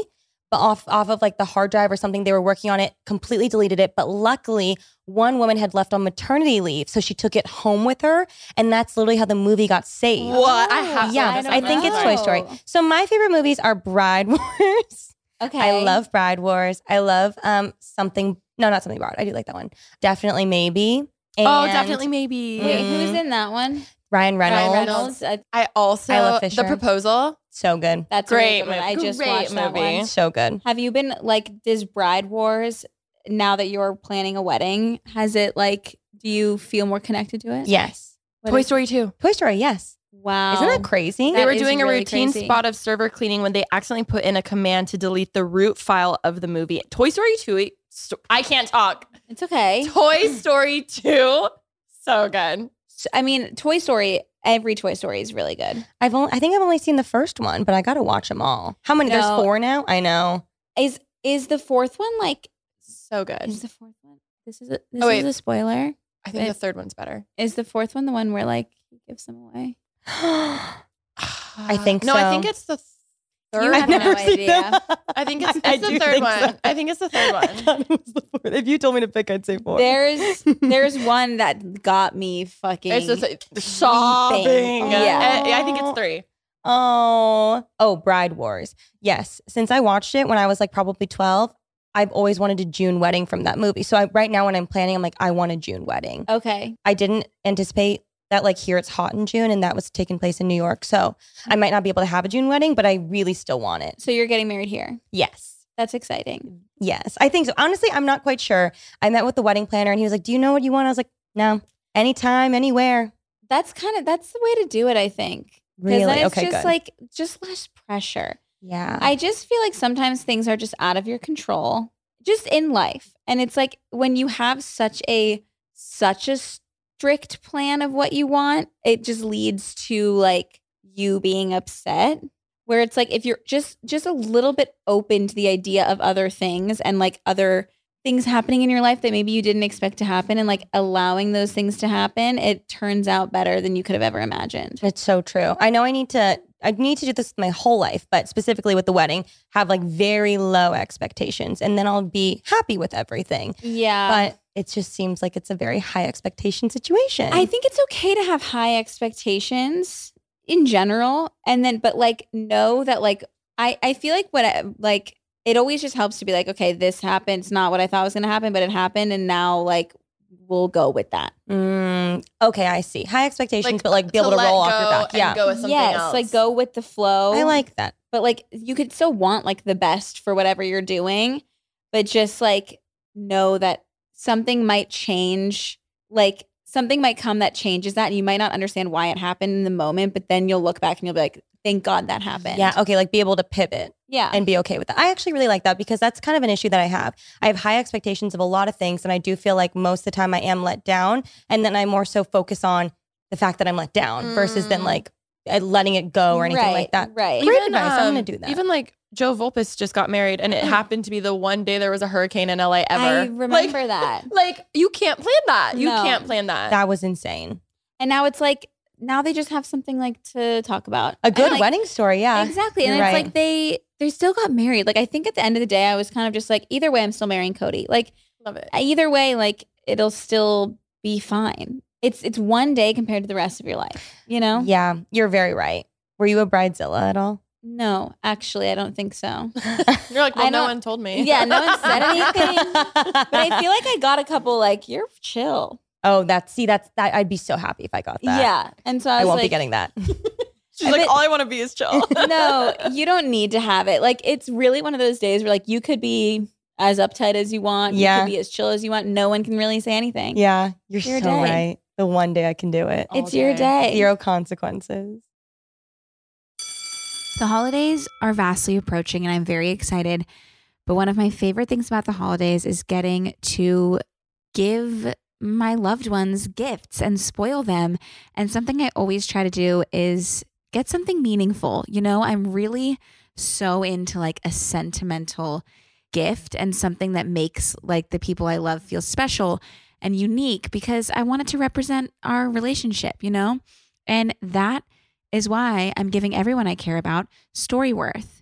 but off off of like the hard drive or something. They were working on it, completely deleted it. But luckily, one woman had left on maternity leave, so she took it home with her, and that's literally how the movie got saved.
What? I have
Oh,
Yeah,
I don't
I think it's Toy Story.
know.
So my favorite movies are Bride Wars.
Okay.
I love Bride Wars. I love um something. No, not something broad. I do like that one. Definitely maybe.
Oh,
And
definitely maybe.
Wait, who's in that one?
Ryan Reynolds.
Reynolds.
I,
I also
I love
the
Fisher.
proposal.
So good.
that's
Great
a really good one.
movie.
I just
Great
watched that
movie.
one.
So good.
Have you been like this bride wars now that you're planning a wedding? Has it like do you feel more connected to it?
Yes.
What
Toy
is-
Story 2.
Toy Story. Yes.
Wow.
Isn't
Um,
that crazy?
That
they were
is
doing a
really
routine
crazy.
spot of server cleaning when they accidentally put in a command to delete the root file of the movie. Toy Story 2. st- I can't talk.
It's okay.
Toy Story 2. So good.
So, I mean, Toy Story, every Toy Story is really good.
I've only. I think I've only seen the first one, but I got to watch them all. How many?
No.
There's four now. I know.
Is is the fourth one like
So good.
is the fourth one? This is a this
Oh, wait.
is a spoiler.
I think the third one's better.
Is the fourth one the one where like he gives them away?
I
think
No, I
so.
think it's the third
You
one.
have no
never seen
idea.
them.
I think it's, it's
I
the
do
third
think
one.
so.
I think it's the third
I
one.
thought it was the fourth. If you told me to pick, I'd say four.
There's there's one that got me fucking
It's the th- sobbing.
Yeah.
Uh, I think it's three.
Oh, oh, Bride Wars. Yes. Since I watched it when I was like probably 12, I've always wanted a June wedding from that movie. So I, right now when I'm planning, I'm like, I want a June wedding.
Okay.
I didn't anticipate that like here it's hot in June and that was taking place in New York. So I might not be able to have a June wedding, but I really still want it.
So you're getting married here.
Yes.
That's exciting.
Yes, I think so. Honestly, I'm not quite sure. I met with the wedding planner and he was like, Do you know what you want? I was like, No, anytime, anywhere.
That's kind of that's the way to do it, I think. 'Cause
Really?
Then it's
okay,
just
good.
like just less pressure.
yeah.
I just feel like sometimes things are just out of your control, just in life. And it's like when you have such a such a strict plan of what you want, it just leads to like you being upset. Where it's like if you're just just a little bit open to the idea of other things and like other things happening in your life that maybe you didn't expect to happen and like allowing those things to happen, it turns out better than you could have ever imagined.
It's so true. I know I need to I need to do this my whole life, but specifically with the wedding, have like very low expectations and then I'll be happy with everything.
Yeah.
but it just seems like it's a very high expectation situation.
I think it's okay to have high expectations in general, and then but like know that like I I feel like what I, like it always just helps to be like okay this happened it's not what I thought was gonna happen but it happened and now like we'll go with that
Mm, okay, I see. High expectations, but like be able to,
let
roll off your
go
back.
and
Yeah.
go with something
yes
else.
like go with the flow
I like that.
but like you could still want like the best for whatever you're doing but just like know that something might change like something might come that changes that and you might not understand why it happened in the moment but then you'll look back and you'll be like thank god that happened
Yeah. Okay. Like be able to pivot
yeah
and be okay with that. I actually really like that because that's kind of an issue that I have. I have high expectations of a lot of things, and I do feel like most of the time I am let down. And then I more so focus on the fact that I'm let down versus then
Mm.
like uh, letting it go or anything
right,
like that.
right
Great advice. I'm gonna do that.
Even like Joe Volpis just got married, and it happened to be the one day there was a hurricane in LA ever.
i
Like-
remember that
Like you can't plan that. You
No.
can't plan that.
That was insane.
and now it's like now they just have something like to talk about
A
And,
good
like,
wedding story. Yeah.
Exactly. And
You're
it's
right.
like they they still got married. Like I think at the end of the day I was kind of just like either way I'm still marrying Cody. Like
Love it.
either way like it'll still be fine. It's it's one day compared to the rest of your life, you know?
Yeah. You're very right. Were you a bridezilla at all?
No, actually I don't think so.
You're like, well,
I
no
don't-
one told me.
Yeah, no one said anything. But I feel like I got a couple like you're chill.
Oh, that's see, that's that. I'd be so happy if I got that.
Yeah. And so I
I,
was
won't be
like
getting that.
She's like,
but-
all I want to be is chill.
no, you don't need to have it. Like it's really one of those days where like you could be as uptight as you want. You
Yeah.
could be as chill as you want. No one can really say anything.
yeah, you're
Your
so
day.
right. The one day I can do it.
All
It's your
day.
day.
Zero consequences.
The holidays are vastly approaching, and I'm very excited. But one of my favorite things about the holidays is getting to give my loved ones gifts and spoil them. And something I always try to do is get something meaningful. You know, I'm really so into like a sentimental gift and something that makes like the people I love feel special and unique because I want it to represent our relationship, you know? And that is why I'm giving everyone I care about Storyworth.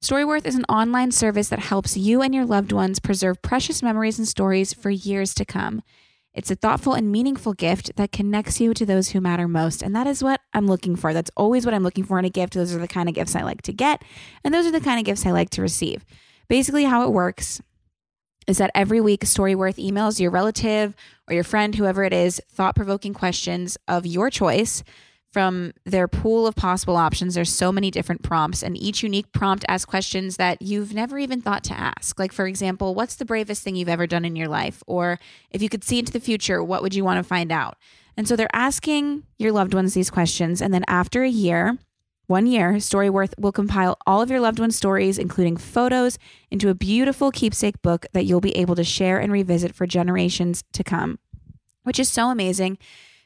Storyworth is an online service that helps you and your loved ones preserve precious memories and stories for years to come. It's a thoughtful and meaningful gift that connects you to those who matter most. And that is what I'm looking for. That's always what I'm looking for in a gift. Those are the kind of gifts I like to get, and those are the kind of gifts I like to receive. Basically, how it works is that every week Storyworth emails your relative or your friend, whoever it is, thought provoking questions of your choice from their pool of possible options. There's so many different prompts, and each unique prompt asks questions that you've never even thought to ask. Like, for example, what's the bravest thing you've ever done in your life? Or if you could see into the future, what would you want to find out? And so they're asking your loved ones these questions. And then after a year, one year, Storyworth will compile all of your loved ones' stories, including photos, into a beautiful keepsake book that you'll be able to share and revisit for generations to come, which is so amazing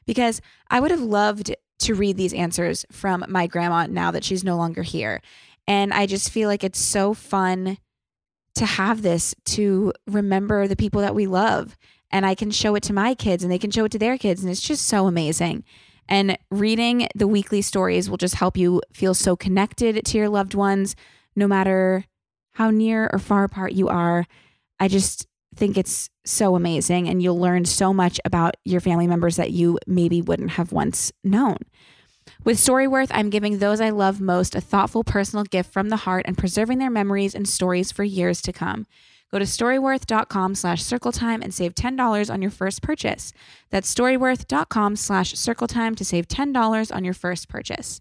because I would have loved to read these answers from my grandma now that she's no longer here. And I just feel like it's so fun to have this to remember the people that we love. And I can show it to my kids and they can show it to their kids. And it's just so amazing. And reading the weekly stories will just help you feel so connected to your loved ones, no matter how near or far apart you are. I just think it's so amazing and you'll learn so much about your family members that you maybe wouldn't have once known. With Storyworth, I'm giving those I love most a thoughtful personal gift from the heart and preserving their memories and stories for years to come. Go to storyworth.com slash circle time and save $10 on your first purchase. That's storyworth.com slash circle time to save $10 on your first purchase.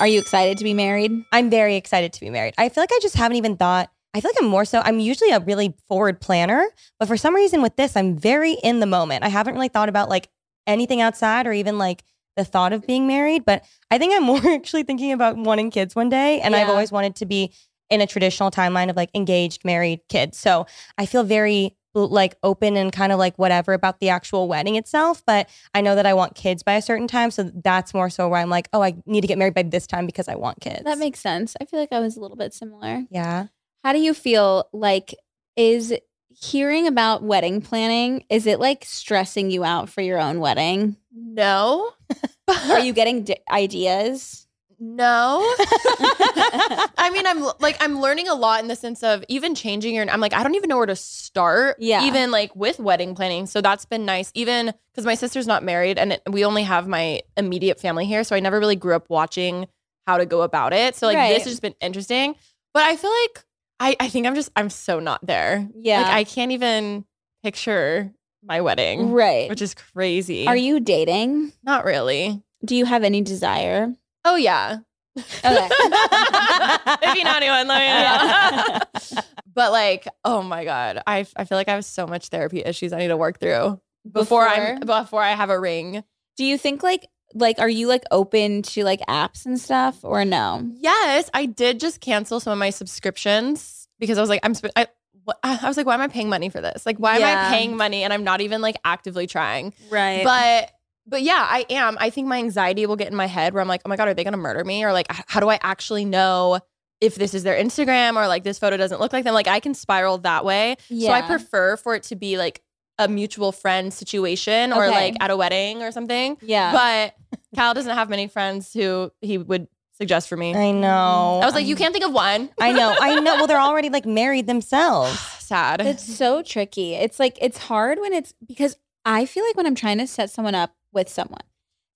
Are you excited to be married?
I'm very excited to be married. I feel like I just haven't even thought. I feel like I'm more so. I'm usually a really forward planner, but for some reason with this, I'm very in the moment. I haven't really thought about like anything outside or even like the thought of being married. But I think I'm more actually thinking about wanting kids one day, and I've
Yeah.
always wanted to be in a traditional timeline of like engaged, married, kids. So I feel very like open and kind of like whatever about the actual wedding itself, but I know that I want kids by a certain time, so that's more so where I'm like, oh, I need to get married by this time because I want kids.
That makes sense. I feel like I was a little bit similar.
yeah.
How do you feel like is hearing about wedding planning is it like stressing you out for your own wedding?
No.
Are you getting d- ideas?
No. I mean, I'm like I'm learning a lot in the sense of even changing your. I'm like I don't even know where to start.
Yeah.
Even like with wedding planning, so that's been nice. Even because my sister's not married, and it, we only have my immediate family here, so I never really grew up watching how to go about it. So like
Right.
this has just been interesting. But I feel like I I think I'm just I'm so not there.
Yeah.
Like I can't even picture my wedding,
right.
which is crazy.
Are you dating?
not really?
Do you have any desire?
Oh yeah.
Okay.
if you know anyone, let me know. but like, oh my god, I I feel like I have so much therapy issues I need to work through before, I'm before I have a ring.
Do you think like like are you like open to like apps and stuff or no?
Yes, I did just cancel some of my subscriptions because I was like, I'm. Sp- I, what- I was like, why am I paying money for this? Like, why am
Yeah.
I paying money and I'm not even like actively trying?
Right. But
But but yeah, I am. I think my anxiety will get in my head where I'm like, oh my god, are they gonna murder me? Or like, h- how do I actually know if this is their Instagram or like this photo doesn't look like them? Like, I can spiral that way. So I
Yeah.
prefer for it to be like a mutual friend situation or
Okay.
like at a wedding or something.
yeah.
But Kyle doesn't have many friends who he would suggest for me. I,
I know.
was like, you can't think of one.
I know. I know. Well, they're already like married themselves.
Sad.
It's so tricky. It's like it's hard when it's because I feel like when I'm trying to set someone up with someone,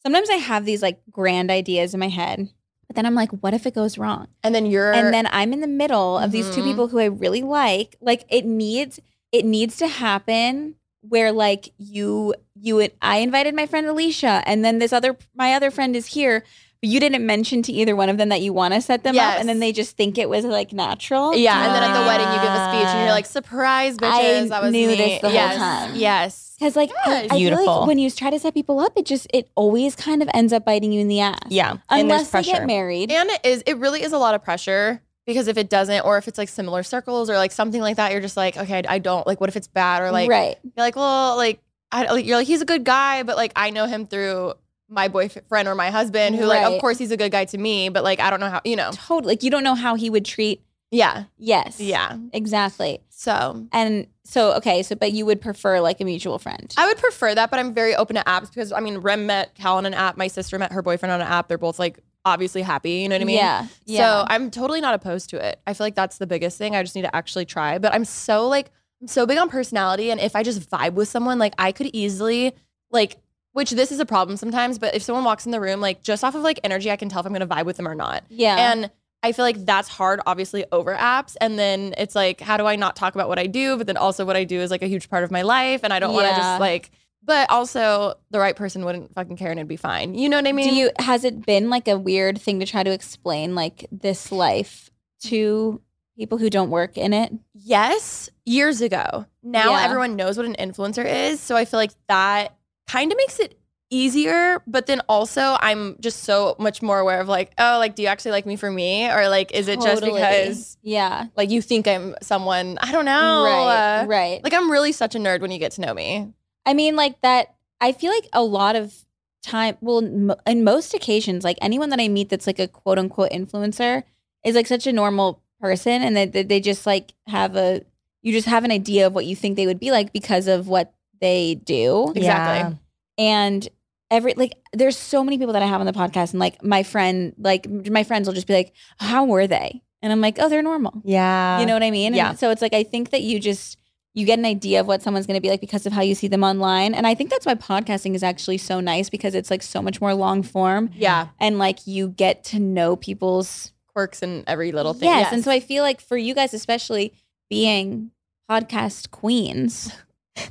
sometimes I have these like grand ideas in my head, but then I'm like, what if it goes wrong?
and then you're
And then I'm in the middle of these two
Mhm.
people who I really like. Like it needs it needs to happen where like you you and I invited my friend Alicia and then this other my other friend is here. But you didn't mention to either one of them that you want to set them up
Yes.
and then they just think it was like natural.
yeah, and then Oh, at the
Ah.
wedding you give a speech and you're like, surprise, bitches. that was
knew
me.
this the whole
yes.
time.
Yes.
Because like I-
Yes.
I, feel like
Beautiful.
when you try to set people up, it just it always kind of ends up biting you in the ass.
Yeah. and there's
unless they
pressure.
get married.
And it is it really is a lot of pressure because if it doesn't, or if it's like similar circles or like something like that, you're just like, okay, I don't like what if it's bad or like
right.
You're like, well, like, I, like you're like he's a good guy, but like I know him through my boyfriend or my husband, who like
Right.
of course he's a good guy to me, but like I don't know how you know.
um, Totally. Like you don't know how he would treat.
Yeah,
Yes.
yeah.
Exactly.
So
And so okay. So but you would prefer like a mutual friend.
I would prefer that, but I'm very open to apps because I mean, Rem met Cal on an app. My sister met her boyfriend on an app. They're both like obviously happy. You know what I mean?
Yeah.
So I'm totally not opposed to it. I feel like that's the biggest thing. I just need to actually try. But I'm so like I'm so big on personality, and if I just vibe with someone, like I could easily like. Which this is a problem sometimes, but if someone walks in the room, like just off of like energy, I can tell if I'm gonna vibe with them or not.
yeah.
And I feel like that's hard, obviously, over apps. And then it's like, how do I not talk about what I do? But then also, what I do is like a huge part of my life. And I don't want to
Yeah.
just like, but also, the right person wouldn't fucking care and it'd be fine. You know what I mean?
Do you has it been like a weird thing to try to explain like this life to people who don't work in it?
yes, years ago. Now
Yeah.
everyone knows what an influencer is. So I feel like that kind of makes it easier. But then also, I'm just so much more aware of like, oh, like, do you actually like me for me? Or like, is it just
Totally.
because
Yeah.
like you think I'm someone? I don't know.
right.
Uh,
right.
Like I'm really such a nerd when you get to know me.
I mean, like that. I feel like a lot of time, well, m- in most occasions, like anyone that I meet that's like a quote unquote influencer is like such a normal person, and that that they just like have a you just have an idea of what you think they would be like because of what they do,
Exactly.
and every like there's so many people that I have on the podcast, and like my friend, like my friends will just be like, "How were they?" And I'm like, "Oh, they're normal."
Yeah.
You know what I mean? And
yeah.
so it's like I think that you just you get an idea of what someone's going to be like because of how you see them online. And I think that's why podcasting is actually so nice because it's like so much more long form
Yeah.
and like you get to know people's
Quirks and every little
yes.
thing.
And so I feel like for you guys especially being podcast queens,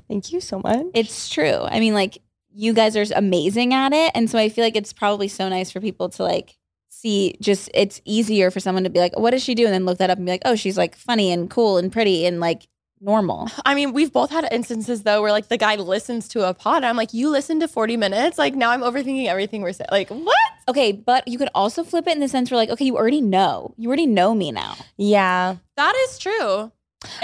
Thank you so much.
it's true. I mean like you guys are amazing at it and so I feel like it's probably so nice for people to like see just it's easier for someone to be like, what does she do? And then look that up and be like, oh, she's like funny and cool and pretty and like normal.
I mean, we've both had instances though where like the guy listens to a pod. And I'm like, you listen to 40 minutes. Like now I'm overthinking everything we're saying. Like what?
Okay, but you could also flip it in the sense where like, okay, you already know. You already know me now.
Yeah.
That is true.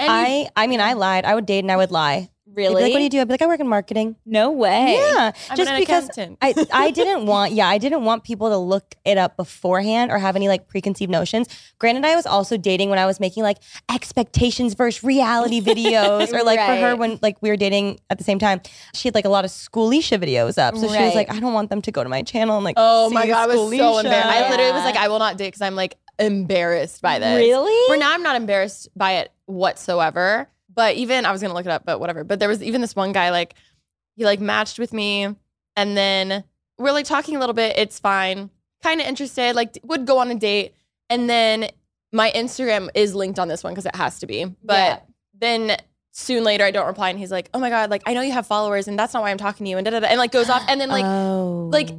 And you-
I I mean I lied. I would date and I would lie. They'd be
Really?
Like what do you do? I'd be like I work in marketing.
no way.
Yeah.
I'm
just
an
because
accountant.
I, I didn't want yeah I didn't want people to look it up beforehand or have any like preconceived notions. Granted, I was also dating when I was making like expectations versus reality videos, or like for her
Right.
when like we were dating at the same time, she had like a lot of schoolisha videos up, so she was
Right.
like, I don't want them to go to my channel. I'm like,
oh
"See
my god, I was so
Schoolisha."
embarrassed. I literally was
Yeah.
like, I will not date because I'm like embarrassed by this.
Really?
Or now I'm not embarrassed by it whatsoever. But even I was gonna look it up, but whatever. But there was even this one guy like he like matched with me, and then we're like talking a little bit. It's fine. Kind of interested. Like would go on a date, and then my Instagram is linked on this one because it has to be. But
Yeah.
then soon later, I don't reply, and he's like, "Oh my god, like I know you have followers, and that's not why I'm talking to you," and da da da, and like goes off, and then like
oh.
like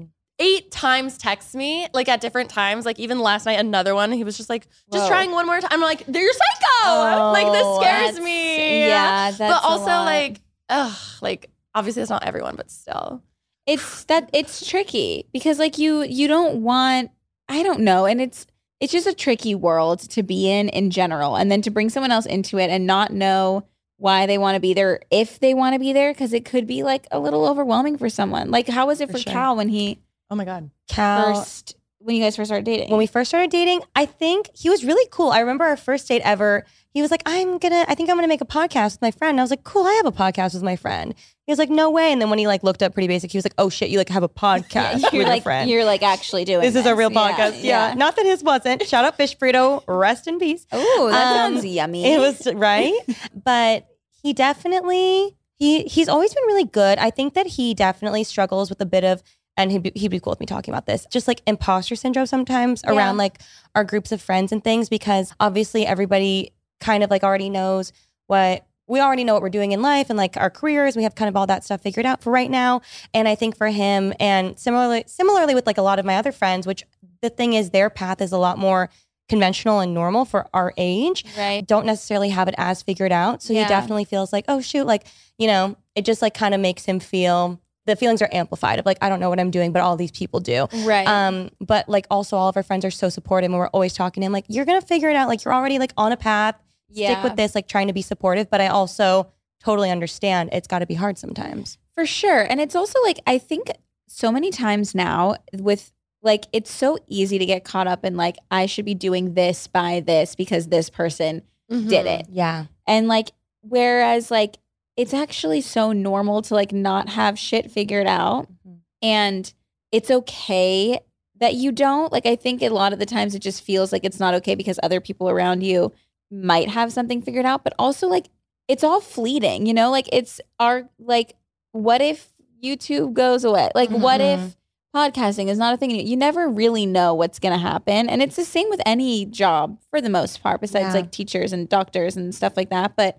eight times texts me like at different times like even last night another one he was just like just
Whoa.
trying one more time i'm like you're psycho
Oh,
like this scares
That's-
me
Yeah, that's
but
a
also
lot.
like ugh like obviously it's not everyone but still
it's that it's tricky because like you you don't want I don't know and it's it's just a tricky world to be in in general and then to bring someone else into it and not know why they want to be there if they want to be there because it could be like a little overwhelming for someone like how was it
For
for,
sure.
Cal when he
oh my god
Cal,
first when you guys first started dating
when we first started dating, I think he was really cool. I remember our first date ever. He was like, I'm gonna, I think I'm gonna make a podcast with my friend. And I was like, cool, I have a podcast with my friend. He was like, no way. And then when he like looked up pretty basic, he was like, oh shit, you like have a podcast
you're
with
like
a friend.
you're like actually doing
This is a real podcast. Yeah,
yeah,
Not that his wasn't. Shout out Fish Burrito. Rest in peace.
oh that
Um,
sounds yummy
It was right. but he definitely he he's always been really good. I think that he definitely struggles with a bit of and he'd be, he'd be cool with me talking about this. Just like imposter syndrome sometimes
Yeah.
around like our groups of friends and things because obviously everybody kind of like already knows what we already know what we're doing in life and like our careers. We have kind of all that stuff figured out for right now. And I think for him and similarly similarly with like a lot of my other friends, which the thing is their path is a lot more conventional and normal for our age
right
don't necessarily have it as figured out. So he
Yeah.
definitely feels like, oh shoot, like, you know, it just like kind of makes him feel the feelings are amplified of like, I don't know what I'm doing, but all these people do.
right
Um, but like also all of our friends are so supportive and we're always talking to him, like, you're gonna figure it out. Like you're already like on a path,
yeah
stick with this, like trying to be supportive. But I also totally understand it's gotta be hard sometimes.
For sure. And it's also like, I think so many times now with like, it's so easy to get caught up in like, I should be doing this by this because this person did it.
Yeah.
And like, whereas like, it's actually so normal to like not have shit figured out and it's okay that you don't. Like, I think a lot of the times it just feels like it's not okay because other people around you might have something figured out, but also like it's all fleeting, you know? Like, it's our, like, what if YouTube goes away? Like, what if podcasting is not a thing? You never really know what's going to happen. And it's the same with any job for the most part,
Yeah.
besides like teachers and doctors and stuff like that. But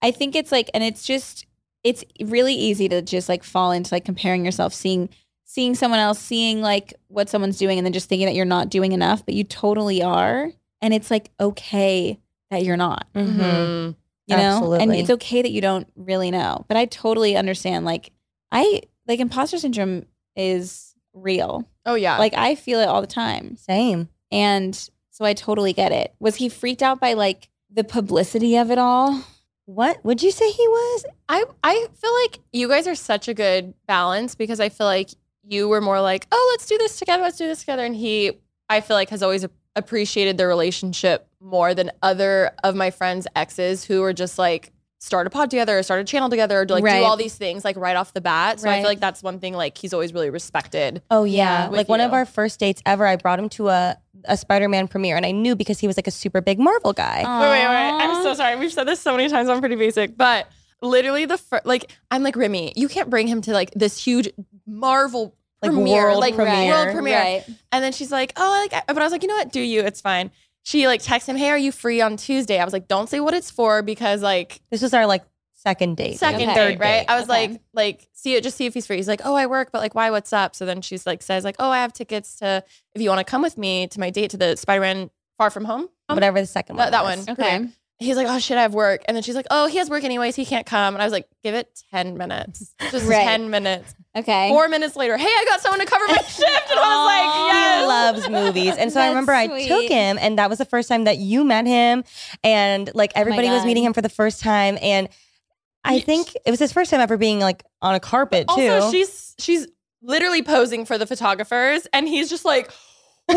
I think it's like, and it's just, it's really easy to just like fall into like comparing yourself, seeing seeing someone else, seeing like what someone's doing, and then just thinking that you're not doing enough, but you totally are. And it's like okay that you're not,
Mm-hmm.
Mhm.
Mm,
you know, and
Absolutely.
it's okay that you don't really know. But I totally understand. Like I like imposter syndrome is real.
oh yeah
Like I feel it all the time,
Same.
and so I totally get it. Was he freaked out by like the publicity of it all?
What would you say he was?
I I feel like you guys are such a good balance because I feel like you were more like, oh, let's do this together, let's do this together, and he I feel like has always ap- appreciated the relationship more than other of my friends' exes who were just like start a pod together, or start a channel together, or like
Right.
do all these things like right off the bat. So I
Right.
feel like that's one thing like he's always really respected.
Oh yeah,
with
like one of
you.
our first dates ever. I brought him to a a Spider Man premiere, and I knew because he was like a super big Marvel guy.
Wait, wait, wait. I'm so sorry. We've said this so many times on Pretty Basic, but literally the fir- like I'm like Remy, you can't bring him to like this huge Marvel
Like,
premiere,
world
like
premiere.
world premiere.
Right.
And then she's like, "Oh, I like," but I was like, "You know what? Do you? It's fine." She like texts him, "Hey, are you free on Tuesday?" I was like, "Don't say what it's for because like
This was our like second date.
second
maybe
Okay.
date,
third
right?
date.
I was
Okay.
like, like, see it, just see if he's free. He's like, oh, I work, but like, why? What's up? So then she's like, says like, oh, I have tickets to if you want to come with me to my date to the Spider-Man Far From Home.
Um, whatever the second one.
That, that
was.
one.
Okay.
He's like, oh shit, I have work. And then she's like, oh, he has work anyways. He can't come. And I was like, give it 10 minutes. Just
Right.
10 minutes.
Okay.
Four minutes later, hey, I got someone to cover my shift. And I was like, yes.
He loves movies. And so I
That's
remember I
sweet.
took him, and that was the first time that you met him. And like everybody was
Oh God.
meeting him for the first time. And I
Yes.
think it was his first time ever being like on a carpet, too.
Also, she's she's literally posing for the photographers, and he's just like, what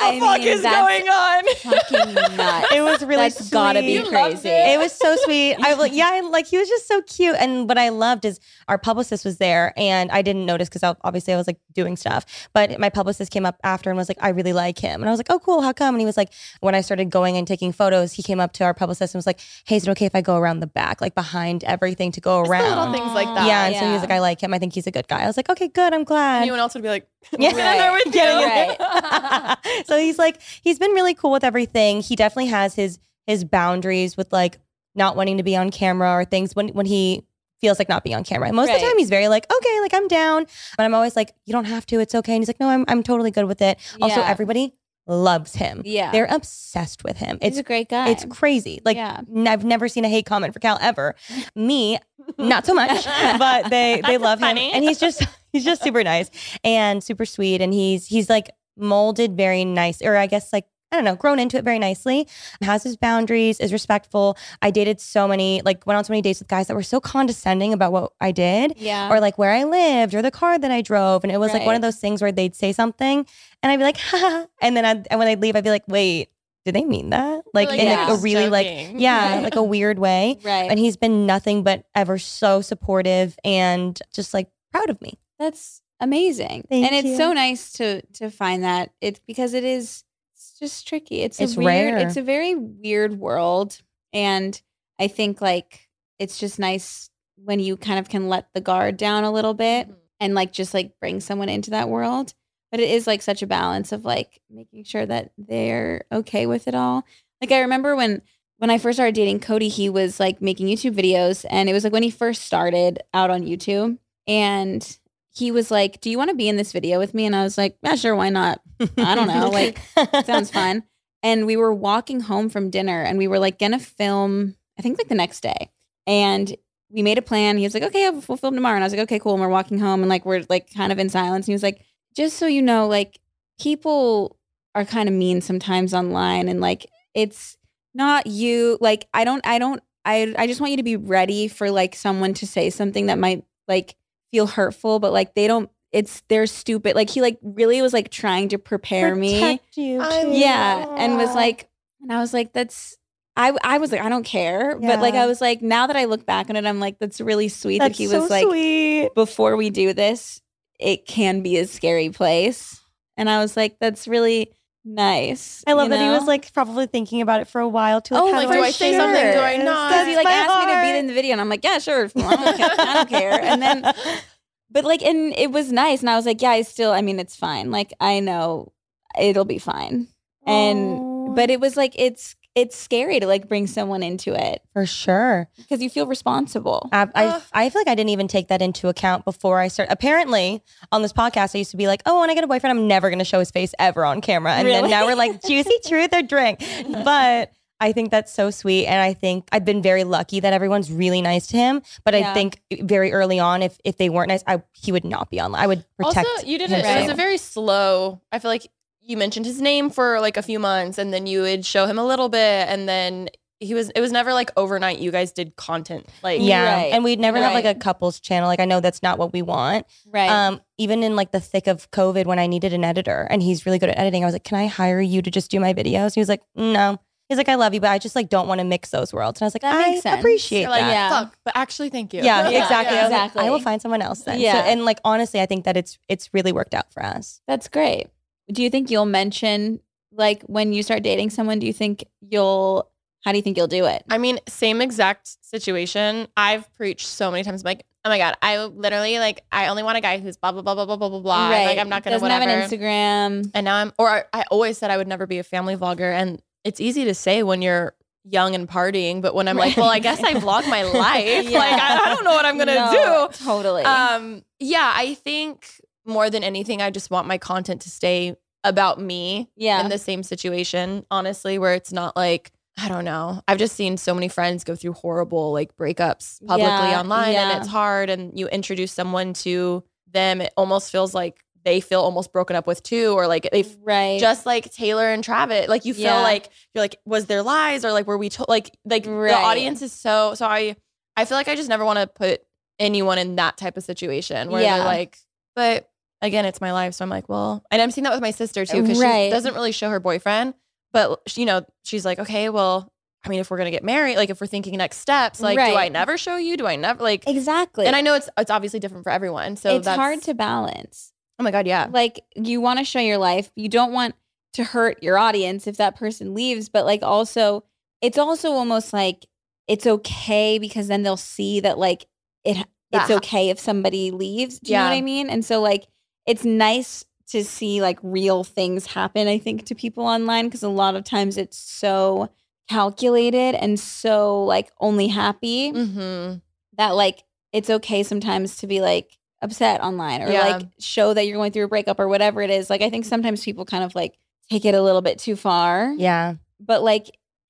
the
I
fuck
mean,
is
that's
going on?
Fucking nuts.
it was really
That's gotta be
sweet.
You loved
crazy.
it.
It was so sweet. I was like, yeah, and like he was just so cute. And what I loved is our publicist was there, and I didn't notice because obviously I was like doing stuff. But my publicist came up after and was like, I really like him, and I was like, oh cool, how come? And he was like, when I started going and taking photos, he came up to our publicist and was like, hey, is it okay if I go around the back, like behind everything to go
Just the little
around?
things like that.
Yeah, and so he
Yeah.
was like, I like him. I think he's a good guy. I was like, okay, good. I'm glad.
Anyone else would be like,
Yeah.
yeah, there with you.
Getting in there. so he's like, he's been really cool with everything. He definitely has his his boundaries with like not wanting to be on camera or things when when he feels like not being on camera. And most of the
Right.
time he's very like, okay, like I'm down. But I'm always like, you don't have to, it's okay. And he's like, no, I'm I'm totally good with it. Also,
Yeah.
everybody loves him.
Yeah.
They're obsessed with him.
He's
It's
a great guy.
it's crazy. Like
Yeah.
n- I've never seen a hate comment for Cal ever. Me, not so much, but they they
That's
love
funny.
him, and he's just he's just super nice and super sweet, and he's he's like molded very nice, or I guess like. I don't know, grown into it very nicely, has his boundaries, is respectful. I dated so many, like, went on so many dates with guys that were so condescending about what I did
yeah.
or like where I lived or the car that I drove. And it was like one of
Right.
those things where they'd say something and I'd be like, ha. ha. And then I'd, and when I'd leave, I'd be like, wait, did they mean that? Like,
Like,
in
yeah.
like, a really like,
Joking.
yeah,
Right.
like a weird way.
right.
And he's been nothing but ever so supportive and just like proud of me.
That's amazing.
Thank
and it's
you.
so nice to to find that. It's because it is it's just tricky. It's,
It's
a weird,
rare.
It's a very weird world. And I think like it's just nice when you kind of can let the guard down a little bit and like just like bring someone into that world. But it is like such a balance of like making sure that they're okay with it all. Like I remember when when I first started dating Cody, he was like making YouTube videos and it was like when he first started out on YouTube and he was like, "Do you want to be in this video with me?" And I was like, "Yeah, sure, why not?" I don't know, like, Sounds fun. And we were walking home from dinner and we were like going to film, I think like the next day. And we made a plan. He was like, okay, we'll film tomorrow. And I was like, okay, cool. And we're walking home and like we're like kind of in silence. And he was like, just so you know, like people are kind of mean sometimes online and like it's not you. Like I don't, I don't, I, I just want you to be ready for like someone to say something that might like feel hurtful, but like they don't, it's they're stupid. Like he like really was like trying to prepare me.
Protect you,
I
too.
Yeah, and was
Yeah.
like, and I was like, that's. I, I was like I don't care, but like
Yeah.
I was like now that I look back on it, I'm like that's really sweet
That's
that he
so
was like
sweet.
before we do this, it can be a scary place, and I was like that's really nice.
I love
you
that he was
know?
like probably thinking about it for a while too. Like,
Oh,
how
like,
do,
do
I
I say something?
share
Do I
it?
not?
because he like
my
asked me to
heart.
be in the video, and I'm like yeah sure, I don't care, I don't care. and then but like and it was nice, and I was like yeah I still I mean it's fine, like I know it'll be fine, and but it was like it's it's scary to like bring someone into it
for sure.
because you feel responsible.
I, I,
Uh.
Ugh.
I feel like I didn't even take that into account before I started. Apparently, on this podcast, I used to be like, "Oh, when I get a boyfriend, I'm never going to show his face ever on camera." And then
Really?
now we're like, "Juicy truth or drink." But I think that's so sweet, and I think I've been very lucky that everyone's really nice to him. But I
Yeah.
think very early on, if if they weren't nice, I he would not be on. I would protect.
also, you didn't. It
himself.
was a very slow. I feel like you mentioned his name for like a few months, and then you would show him a little bit, and then he was. It was never like overnight. You guys did content like
yeah,
Right.
and we'd never have like
Right.
a couples channel. Like I know that's not what we want.
Right.
um, even in like the thick of COVID when I needed an editor and he's really good at editing, I was like, Can I hire you to just do my videos? He was like, No. He's like, I love you, but I just like don't want to mix those worlds. And I was like,
That
I
makes sense.
appreciate
You're like,
that.
Yeah.
fuck, but actually, thank you.
Yeah, exactly. I, was like,
Exactly.
I will find someone else then. So-
Yeah.
and like honestly, I think that it's it's really worked out for us.
That's great. Do you think you'll mention like when you start dating someone? Do you think you'll? How do you think you'll do it?
I mean, same exact situation. I've preached so many times. I'm like, oh my god, I literally like, I only want a guy who's blah blah blah blah blah blah blah blah.
Right.
Like, I'm not gonna
Doesn't
whatever.
have an Instagram.
and now I'm, or I, I always said I would never be a family vlogger, and it's easy to say when you're young and partying, but when I'm like, well, I guess I vlog my life.
Yeah.
Like I, I don't know what I'm gonna do.
No, Totally.
Um, yeah, I think more than anything, I just want my content to stay about me
yeah.
in the same situation, honestly, where it's not like, I don't know. I've just seen so many friends go through horrible like breakups publicly
Yeah,
online
yeah.
and it's hard. And you introduce someone to them, it almost feels like they feel almost broken up with too, or like they
right.
just like Taylor and Travis. Like you feel
Yeah.
like you're like, was there lies or like were we told like like
Right.
the audience is so so I I feel like I just never want to put anyone in that type of situation where
Yeah.
they're like, but again, it's my life. So I'm like, well, and I'm seeing that with my sister too, because
Right.
she doesn't really show her boyfriend, but she, you know, she's like, okay, well, I mean, if we're gonna get married, like if we're thinking next steps, like do
Right.
I never show you? Do I never like
exactly.
and I know it's it's obviously different for everyone. So
it's
that's
hard to balance.
Oh my god, yeah.
Like you want to show your life, you don't want to hurt your audience if that person leaves, but like also it's also almost like it's okay because then they'll see that like it
That
it's
ha-
okay if somebody leaves. Do you know what
Yeah.
I mean? And so like it's nice to see like real things happen I think to people online because a lot of times it's so calculated and so like only happy
Mm-hmm.
that like it's okay sometimes to be like upset online or
Yeah. Mm-hmm.
like show that you're going through a breakup or whatever it is. Like I think sometimes people kind of like take it a little bit too far.
Yeah.
But like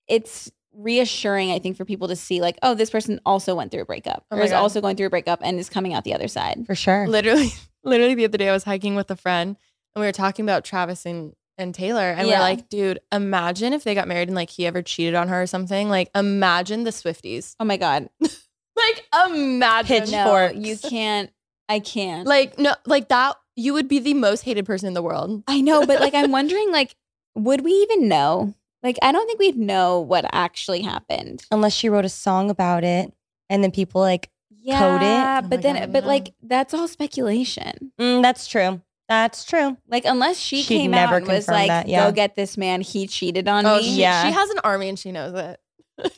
it's reassuring I think for people to see like oh this person also went through a breakup
Oh
or
my
is
God.
also going through a breakup and is coming out the other side.
For sure.
Literally, literally the other day I was hiking with a friend and we were talking about Travis and, and Taylor. And we
Yeah.
are like, dude, imagine if they got married and like he ever cheated on her or something. Like, imagine the Swifties.
Oh my god.
Like, imagine.
Pitch-
No,
Pitchforks.
you can't. I can't.
Like, no, like that, you would be the most hated person in the world.
I know, but like I'm wondering like would we even know? Like I don't think we'd know what actually happened.
Unless she wrote a song about it and then people like,
Yeah,
Oh
but
my
then,
God,
but
no.
like that's all speculation.
mm, that's true. That's true.
Like unless she
She'd
came
never
out and was
confirm
like,
that, yeah.
"Go get this man. He cheated on
Oh,
me."
she,
yeah.
she has an army and she knows it.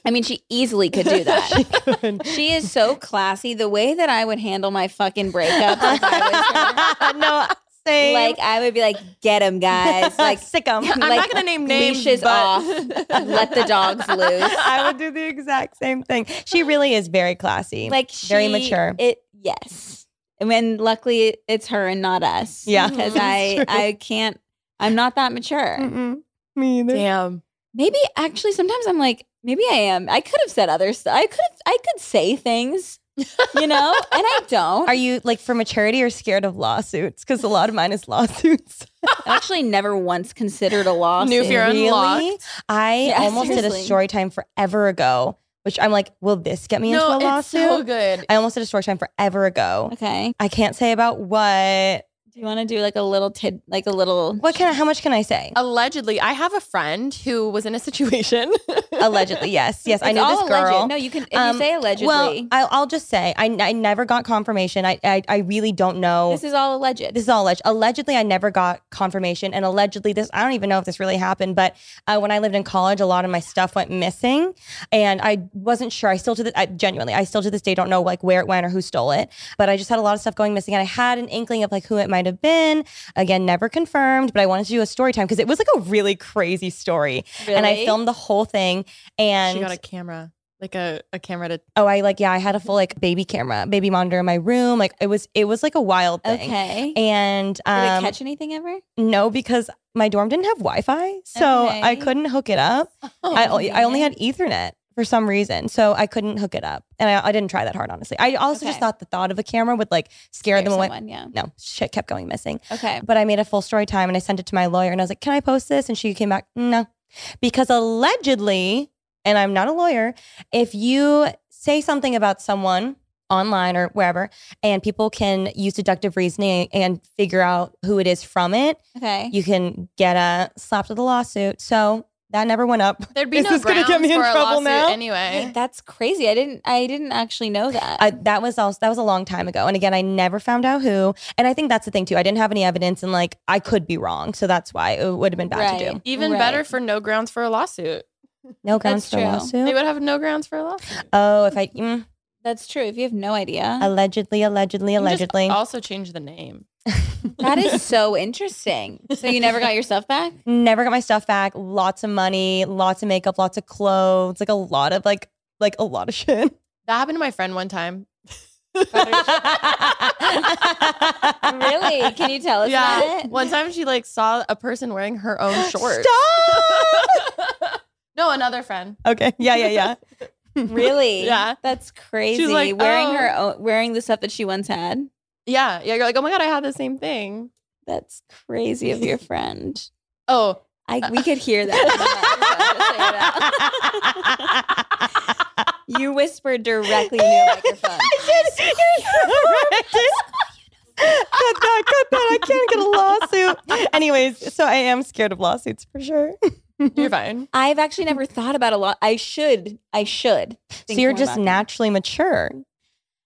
I mean, she easily could do that.
could.
she is so classy. The way that I would handle my fucking breakup, if I was
no,
her,
same.
like I would be like, "Get him, guys! Like,
sick 'em.
I'm
Like,
not going to name names.
leash is
but-
off. let the dogs loose."
I would do the exact same thing. She really is very classy.
Like she,
Very mature.
It yes. And when luckily it's her and not us.
Yeah.
because
Mhm.
I
True.
I can't. I'm not that mature.
Mm-mm. me either.
Damn.
Maybe actually, sometimes I'm like, maybe I am. I could have said other stuff. I could have, I could say things, you know, and I don't.
Are you like for maturity or scared of lawsuits? Because a lot of mine is lawsuits.
I actually never once considered a lawsuit.
New fear
Really?
unlocked.
I
Yeah,
almost did
seriously.
a story time forever ago, which I'm like, will this get me into
No,
a
it's
lawsuit?
so good.
I almost did a story time forever ago.
Okay.
I can't say about what.
Do you want to do like a little tid, like a little?
What can I, how much can I say?
Allegedly, I have a friend who was in a situation.
Allegedly, yes, yes. I
It's
know
all
this girl.
alleged. No, you can. If
Um,
you say allegedly,
Well, I, I'll just say I, I never got confirmation. I, I I really don't know.
this is all alleged.
this is all alleged. Allegedly, I never got confirmation, and allegedly, this I don't even know if this really happened. But uh, when I lived in college, a lot of my stuff went missing, and I wasn't sure. I still to the, I, genuinely, I still to this day don't know like where it went or who stole it. But I just had a lot of stuff going missing, and I had an inkling of like who it might have been. Again, never confirmed, but I wanted to do a story time because it was like a really crazy story, and I
Really?
filmed the whole thing. And
she got a camera, like a, a camera to
oh, I like yeah, I had a full like baby camera, baby monitor in my room. Like it was, it was like a wild thing.
Okay.
And
Did it
um,
catch anything ever?
No, because my dorm didn't have Wi Fi. So I
Okay.
couldn't hook it up.
Oh,
I, o- I only had Ethernet for some reason. So I couldn't hook it up. And I, I didn't try that hard, honestly. I also
Okay.
just thought the thought of a camera would like scare,
There's
them away.
someone, yeah.
No, shit kept going missing.
Okay.
But I made a full story time and I sent it to my lawyer and I was like, can I post this? And she came back, no. Because allegedly, and I'm not a lawyer, if you say something about someone online or wherever, and people can use deductive reasoning and figure out who it is from it,
Okay.
you can get a slapped with a lawsuit. So that never went up.
There'd be
Is
no
this gonna
grounds
get me in
for a
trouble
lawsuit
now?
anyway.
Wait, that's crazy. I didn't. I didn't actually know that.
I, that was also that was a long time ago, and again, I never found out who. And I think that's the thing too. I didn't have any evidence, and like I could be wrong, so that's why it would have been bad to
Right.
do.
Even
Right.
better for no grounds for a lawsuit.
No grounds for
true.
They
lawsuit.
would have no grounds for a lawsuit.
Oh, if I mm,
that's true. If you have no idea,
allegedly, allegedly,
You can Mm-hmm. just
allegedly.
also change the name.
That is so interesting. So you never got your stuff back?
Never got my stuff back. Lots of money, lots of makeup, lots of clothes, like a lot of like like a lot of shit.
That happened to my friend one time.
Really?
really?
Can you tell us
yeah.
about it?
One time she like saw a person wearing her own shorts.
Stop.
no, another friend.
okay. Yeah, yeah, yeah.
Really?
Yeah.
That's crazy.
like,
wearing
oh.
her own, wearing the stuff that she once had.
Yeah. Yeah. You're like, oh my God, I had the same thing.
That's crazy of your friend.
Oh,
I we could hear that. you whispered directly into your microphone.
I did. cut that, cut that. I can't get a lawsuit. Anyways, so I am scared of lawsuits for sure.
you're fine.
I've actually never thought about a lot. I should. I should.
So
think
you're
more
just
about that.
naturally mature.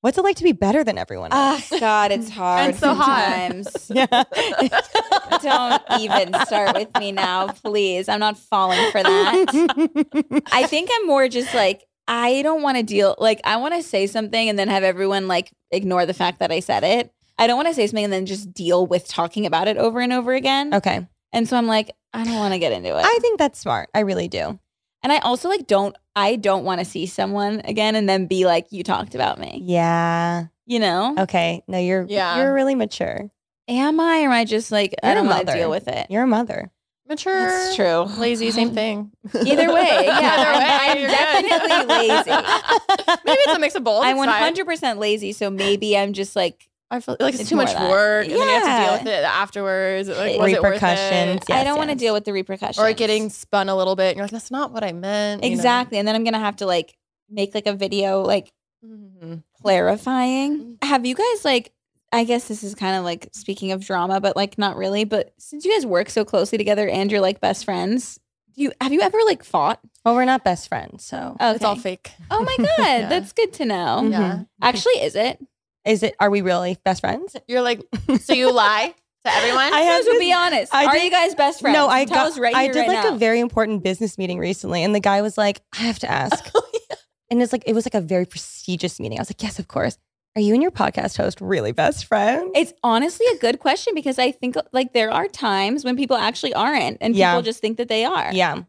What's it like to be better than everyone else?
Ah, God, it's hard.
And so hot.
sometimes.
yeah.
Uh, Don't even start with me now, please. I'm not falling for that. I think I'm more just like I don't want to deal. Like I want to say something and then have everyone like ignore the fact that I said it. I don't want to say something and then just deal with talking about it over and over again.
okay.
And so I'm like, I don't want to get into it.
I think that's smart. I really do.
and I also like don't. I don't want to see someone again and then be like, you talked about me.
Yeah.
You know?
Okay. No, you're
Yeah.
you're really mature.
Am I or am I just like I
You're a
don't want to
mother.
deal with it?
You're a mother.
Mature.
That's true. Oh,
Lazy, same thing.
Either way, yeah,
Either way,
I'm,
you're
definitely
good.
lazy.
Maybe it's a mix of both.
I'm
It's fine.
100% lazy, so maybe I'm just like
I feel like it's,
It's
too
more
much
that.
work, and then you have to
Yeah.
deal with it afterwards. Like,
It-
was it worth it?
Repercussions.
I
Yes,
don't want to
yes.
deal with the repercussions
Or getting spun a little bit, and you're like, "That's not what I meant." you know?
exactly, and then I'm gonna have to like make like a video like
Mhm.
clarifying. Have you guys like? I guess this is kind of like speaking of drama, but like not really. But since you guys work so closely together and you're like best friends, do you have you ever like fought?
Well, we're not best friends, so
Oh,
It's all fake.
Oh my god,
Yeah.
that's good to know.
Mhm.
Yeah,
Actually, is it?
is it? Are we really best friends?
you're like, so you lie to everyone.
I have
Guys, we'll
this-
be honest.
I
Are
did-
you guys best friends?
No, I
Tell
got.
us right
I
here,
did
right
like
now. Oh,
a very important business meeting recently, and the guy was like, "I have to ask," and it's like it was like a very prestigious meeting. I was like, "Yes, of course." Are you and your podcast host really best friends?
It's honestly a good question because I think like there are times when people actually aren't and
Yeah.
people just think that they are.
yeah,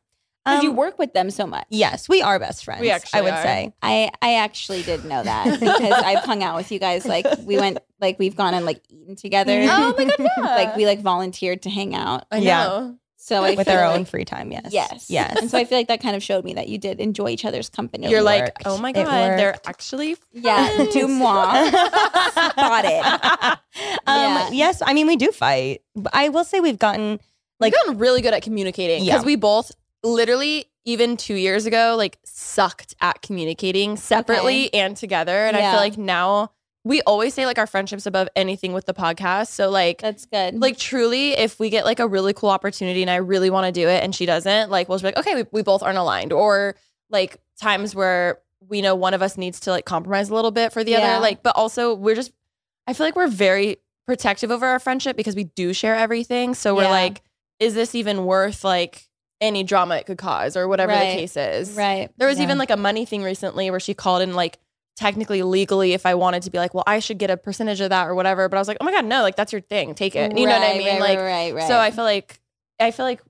Because you
Um,
work with them so much.
Yes, we are best friends.
We
I
actually
would
are.
say.
I, I actually did know that because I've hung out with you guys. Like we went like we've gone and like eaten together.
Oh my god! Yeah.
Like we like volunteered to hang out.
I know.
Yeah.
So I
with
feel
our
like-
own free time. Yes.
Yes.
Yes.
And so I feel like that kind of showed me that you did enjoy each other's company.
You're like,
worked.
oh my
It
god, they're
worked.
actually
Yeah,
friends."
du moi. Spotted.
Um,
Yeah.
Yes, I mean we do fight. But I will say we've gotten
We've
Like-
gotten really good at communicating because
Yeah.
we both literally even two years ago like sucked at communicating separately and together and i
Yeah.
feel like now we always say like our friendships above anything with the podcast so like
That's good.
like truly if we get like a really cool opportunity and i really want to do it and she doesn't like we'll just be like okay we, we both aren't aligned or like times where we know one of us needs to like compromise a little bit for the
Yeah.
other like but also we're just i feel like we're very protective over our friendship because we do share everything so we're
Yeah.
like is this even worth like any drama it could cause or whatever
Right.
the case is
right.
there was
Yeah.
even like a money thing recently where she called in like technically legally if I wanted to be like, well, I should get a percentage of that or whatever. But I was like, oh my god, no, like that's your thing. Take it. You know what I
Right,
mean?
right,
like
right, right,
so
right.
I feel like I feel like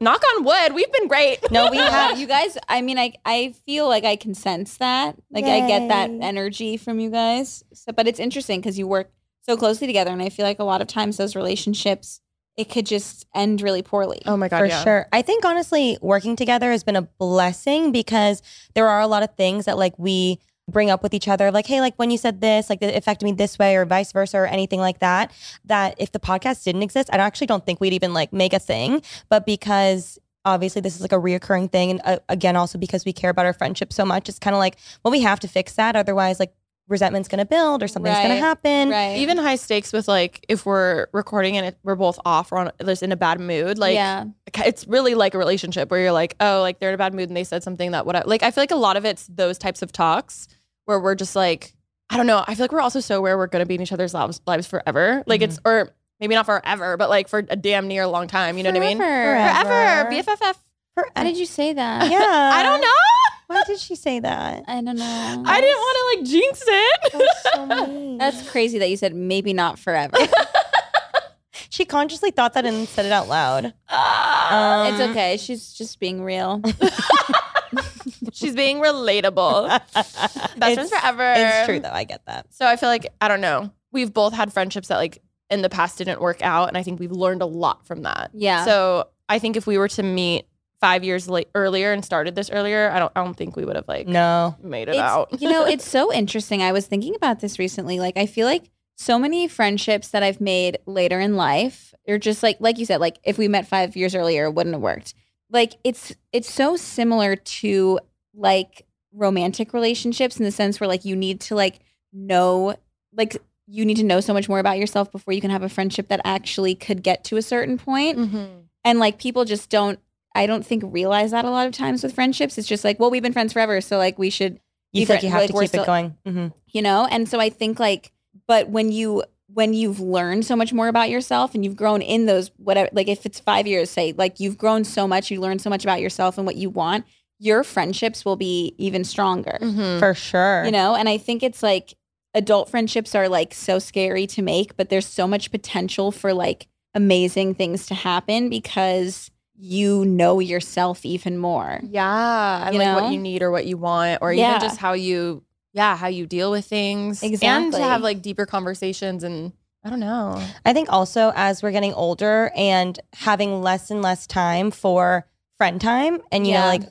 knock on wood, we've been great.
no, we have.
you guys i mean i i feel like i can sense that like i get that
Yay.
energy from you guys so, but it's interesting because you work so closely together and i feel like a lot of times those relationships it could just end really poorly
Oh my god.
For
yeah.
sure. I think honestly, working together has been a blessing because there are a lot of things that like we bring up with each other, like, hey, like when you said this, like it affected me this way, or vice versa, or anything like that. That if the podcast didn't exist, I actually don't think we'd even like make a thing. But because obviously this is like a reoccurring thing, and uh, again, also because we care about our friendship so much, it's kind of like, well, we have to fix that, otherwise, like resentment's gonna build or something's gonna
Right.
happen.
right
Even high stakes with like if we're recording and it, we're both off or on, just in a bad mood, like
yeah
it's really like a relationship where you're like, oh, like they're in a bad mood and they said something that what I like. I feel like a lot of it's those types of talks where we're just like, I don't know. I feel like we're also so aware we're gonna be in each other's lives, lives forever. Like it's
Mm-hmm.
or maybe not forever, but like for a damn near long time. You know what I mean?
Forever.
Forever.
Forever.
BFFF.
why did you say that
Yeah.
I don't know.
Why did she say that?
i don't know
I didn't want to like jinx it.
Oh, That was so mean.
that's crazy that you said maybe not forever
she consciously thought that and said it out loud. Um,
Ah,
it's okay. She's just being real.
She's being relatable. Best friends forever.
It's true though. I get that.
So I feel like I don't know. We've both had friendships that like in the past didn't work out, and I think we've learned a lot from that.
Yeah.
So I think if we were to meet five years late earlier and started this earlier, I don't. I don't think we would have like
No.
made it
It's-
out.
you know, it's so interesting. I was thinking about this recently. Like, I feel like so many friendships that I've made later in life are just like, like you said, like if we met five years earlier, it wouldn't have worked. Like, it's it's so similar to like romantic relationships in the sense where like you need to like know like you need to know so much more about yourself before you can have a friendship that actually could get to a certain point
Mm-hmm.
and like people just don't i don't think realize that a lot of times with friendships it's just like well we've been friends forever so like we should
You
You
think
fri-
you have
like,
to
we're
keep
still-
it going. hmm
you know and so i think like but when you when you've learned so much more about yourself and you've grown in those whatever like if it's five years say like you've grown so much you learned so much about yourself and what you want your friendships will be even stronger
Mhm.
For sure.
you know and i think it's like adult friendships are like so scary to make but there's so much potential for like amazing things to happen because you know yourself even more
Yeah, and
You
like
know?
what you need or what you want, or
Yeah.
even just how you, yeah, how you deal with things, and
Exactly.
to have like deeper conversations. And I don't know,
I think also as we're getting older and having less and less time for friend time and you
Yeah.
know like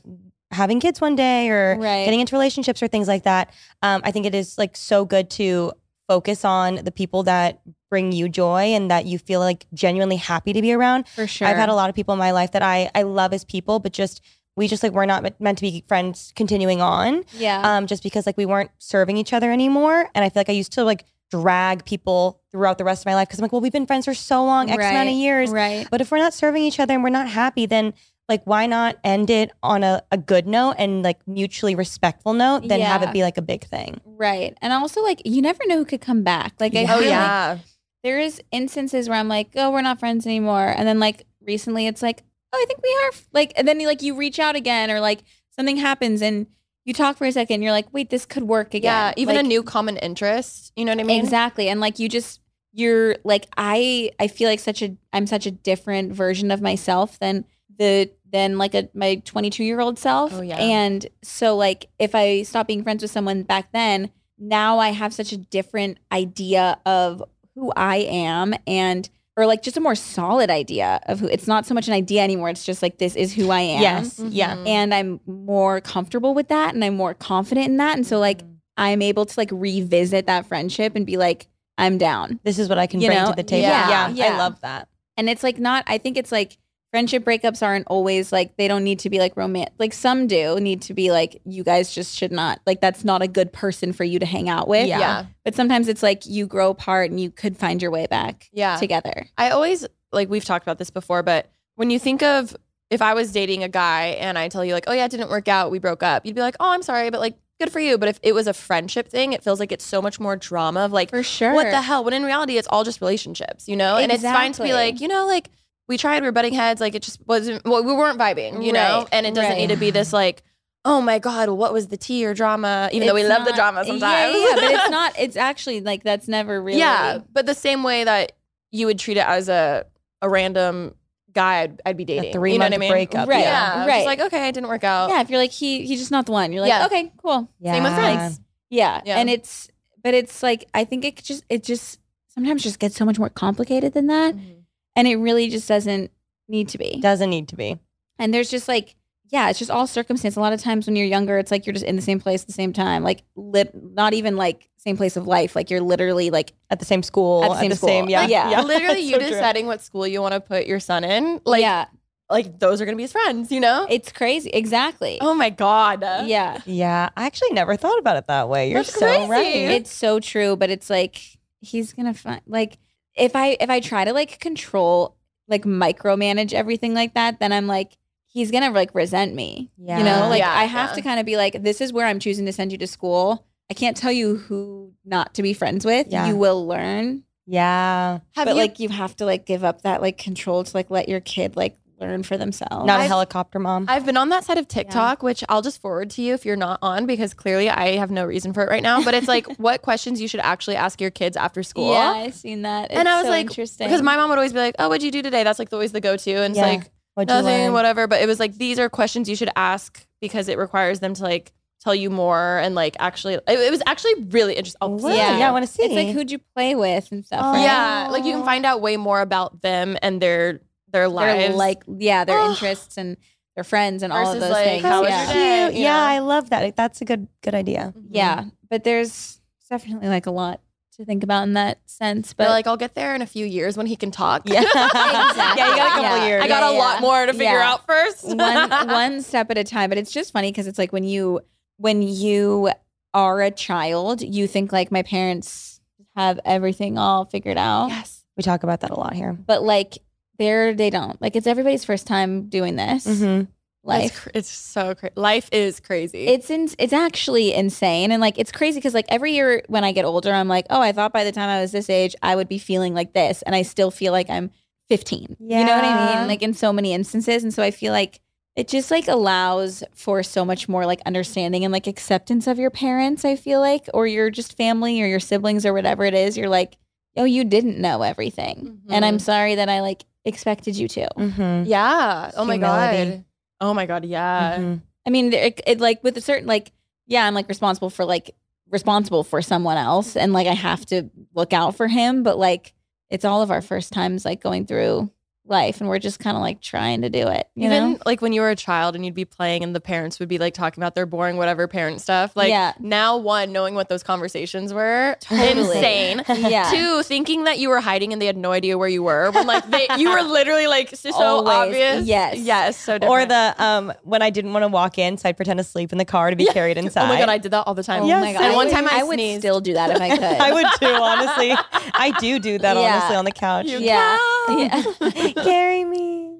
having kids one day or
Right.
getting into relationships or things like that um, I think it is like so good to focus on the people that bring you joy and that you feel like genuinely happy to be around.
for sure
I've had a lot of people in my life that I I love as people but just we just like we're not me- meant to be friends continuing on
yeah
um, just because like we weren't serving each other anymore. And I feel like I used to like drag people throughout the rest of my life because I'm like, well, we've been friends for so long, X amount of
Right,
years.
right
But if we're not serving each other and we're not happy, then like why not end it on a, a good note and like mutually respectful note than have
Yeah.
it be like a big thing.
right and also like you never know who could come back like I
Yeah.
feel
oh
like
yeah,
there is instances where i'm like oh we're not friends anymore and then like recently it's like oh i think we are like and then like you reach out again or like something happens and you talk for a second you're like wait this could work again
yeah, even
Like,
a new common interest. You know what I mean?
Exactly. And like you just you're like I I feel like such a I'm such a different version of myself than the than like a my 22 year old self.
Oh, yeah.
And so like if I stop being friends with someone back then, now I have such a different idea of who I am and or like just a more solid idea of who it's not so much an idea anymore. It's just like this is who I am
Yes. Yeah.
Mhm.
and I'm more comfortable with that and I'm more confident in that. And so like I'm able to like revisit that friendship and be like, I'm down.
This is what I can
You
bring
know,
to the table.
yeah,
Yeah.
yeah.
I love that.
And it's like not I think it's like friendship breakups aren't always like they don't need to be like romantic like some do need to be like you guys just should not like that's not a good person for you to hang out with.
Yeah.
yeah,
But sometimes it's like you grow apart and you could find your way back
yeah.
together.
I always like we've talked about this before, but when you think of if I was dating a guy and I tell you like, oh yeah, it didn't work out, we broke up, you'd be like, oh, I'm sorry, but like, good for you. But if it was a friendship thing, it feels like it's so much more drama of like,
For sure.
what the hell? When in reality, it's all just relationships, you know. And it's fine to be
Exactly.
like, you know, like we tried, we're butting heads, like it just wasn't, well, we weren't vibing, you know.
Right,
And it doesn't
right.
need to be this like, oh my god, what was the tea or drama? Even though we
It's
love the
not-
drama
Yeah,
sometimes,
yeah, yeah, but it's not it's actually like that's never really
yeah, but the same way that you would treat it as a a random guy I'd, I'd be dating. you know what
three-month
I mean?
breakup,
Right.
yeah.
Yeah.
Right.
Just like, okay, it didn't work out.
Yeah, if you're like he he's just not the one. You're like,
Yeah.
okay, cool.
Yeah.
Same with friends.
Yeah.
Yeah.
And it's but it's like I think it just it just sometimes just gets so much more complicated than that.
Mm-hmm.
And it really just doesn't need to be.
Doesn't need to be.
And there's just like yeah, it's just all circumstance. A lot of times when you're younger, it's like you're just in the same place at the same time. Like lit not even like same place of life. Like you're literally like
At the same school.
At the same school.
yeah.
Yeah.
Literally,
That's
you
so true.
deciding what school you want to put your son in, like,
Yeah.
like those are gonna be his friends, you know?
It's crazy. Exactly.
oh my god.
Yeah.
Yeah. I actually never thought about it that way. You're
That's
so
crazy.
right.
It's so true, but it's like he's gonna find like if I if I try to like control like micromanage everything like that, then I'm like he's gonna like resent me. You know,
Yeah.
like
Yeah,
I have
yeah.
to kind of be like, this is where I'm choosing to send you to school. I can't tell you who not to be friends with.
Yeah.
You will learn,
Yeah.
Have
but
you
like you have to like give up that like control to like let your kid like learn for themselves.
Not a
I've-
helicopter mom.
I've been on that side of TikTok, which I'll just forward to you if you're not on because clearly I have no reason for it right now. But it's like what questions you should actually ask your kids after school.
Yeah, I've seen that.
And
It's
I was
so
like,
interesting.
Because my mom would always be like, "Oh, what'd you do today?" That's like always the go-to, and
Yeah.
it's like
What'd you
nothing,
learn?
whatever. But it was like these are questions you should ask because it requires them to like tell you more and like actually. It, it was actually really interesting. I'll
What?
send it to
Yeah.
you.
yeah, I want to see.
Oh, it's like who'd you play with and stuff.
Oh,
right?
yeah, like you can find out way more about them and their their lives.
their like yeah, their
Oh.
interests and their friends and all of
Versus,
those
like,
things.
how was
yeah.
your day,
Cute.
you
yeah,
know?
I love that. That's a good good idea.
Yeah, but there's definitely like a lot to think about in that sense.
but
But
like I'll get there in a few years when he can talk.
Yeah, yeah, you got a couple
Yeah.
years.
I got a
Yeah,
lot
yeah.
more to figure
Yeah.
out first.
one one step at a time. But it's just funny because it's like when you when you are a child, you think like my parents have everything all figured out,
yes.
we talk about that a lot here.
but like they're they don't. Like it's everybody's first time doing this
Mhm.
life.
It's, cr- it's so crazy. Life is crazy.
It's in, it's actually insane and like it's crazy because like every year when I get older I'm like oh I thought by the time I was this age I would be feeling like this and I still feel like I'm 15 you know what I
Yeah.
mean like in so many instances and so I feel like it just like allows for so much more like understanding and like acceptance of your parents I feel like or your just family or your siblings or whatever it is you're like oh you didn't know everything and I'm sorry that I like expected you to
Mhm.
yeah. Oh my
Humility.
god. Oh my god. Yeah.
Mhm.
I mean, it, it like with a certain like, yeah, I'm like responsible for like responsible for someone else, and like I have to look out for him. But like, it's all of our first times like going through life, and we're just kind of like trying to do it. You
Even
know?
like when you were a child and you'd be playing and the parents would be like talking about their boring whatever parent stuff. Like
Yeah.
now, one knowing what those conversations were,
Totally.
insane.
Yeah.
Two thinking that you were hiding and they had no idea where you were when like they, you were literally like so
Always.
obvious.
Yes.
Yes. So different.
Or the um when I didn't want to walk in, so I'd pretend to sleep in the car to be
Yeah.
carried inside.
Oh my god, I did that all the time.
Oh
Yes.
my god!
And one
would-
time I,
would
sneezed.
still do that if I could.
I would too, honestly. I do do that
Yeah.
honestly on the couch.
You
Yeah.
Ah.
Yeah.
Carry me.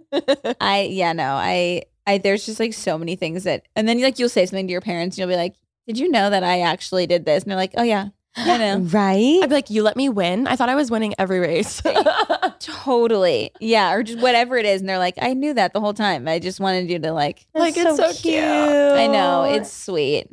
I yeah no I I there's just like so many things that and then like you'll say something to your parents and you'll be like did you know that I actually did this and they're like oh yeah I know
Right?
I'd be like, you let me win. I thought I was winning every race.
Totally. Yeah. Or just whatever it is. And they're like, I knew that the whole time. I just wanted you to like,
Like, it's so cute.
I know
Oh.
it's sweet,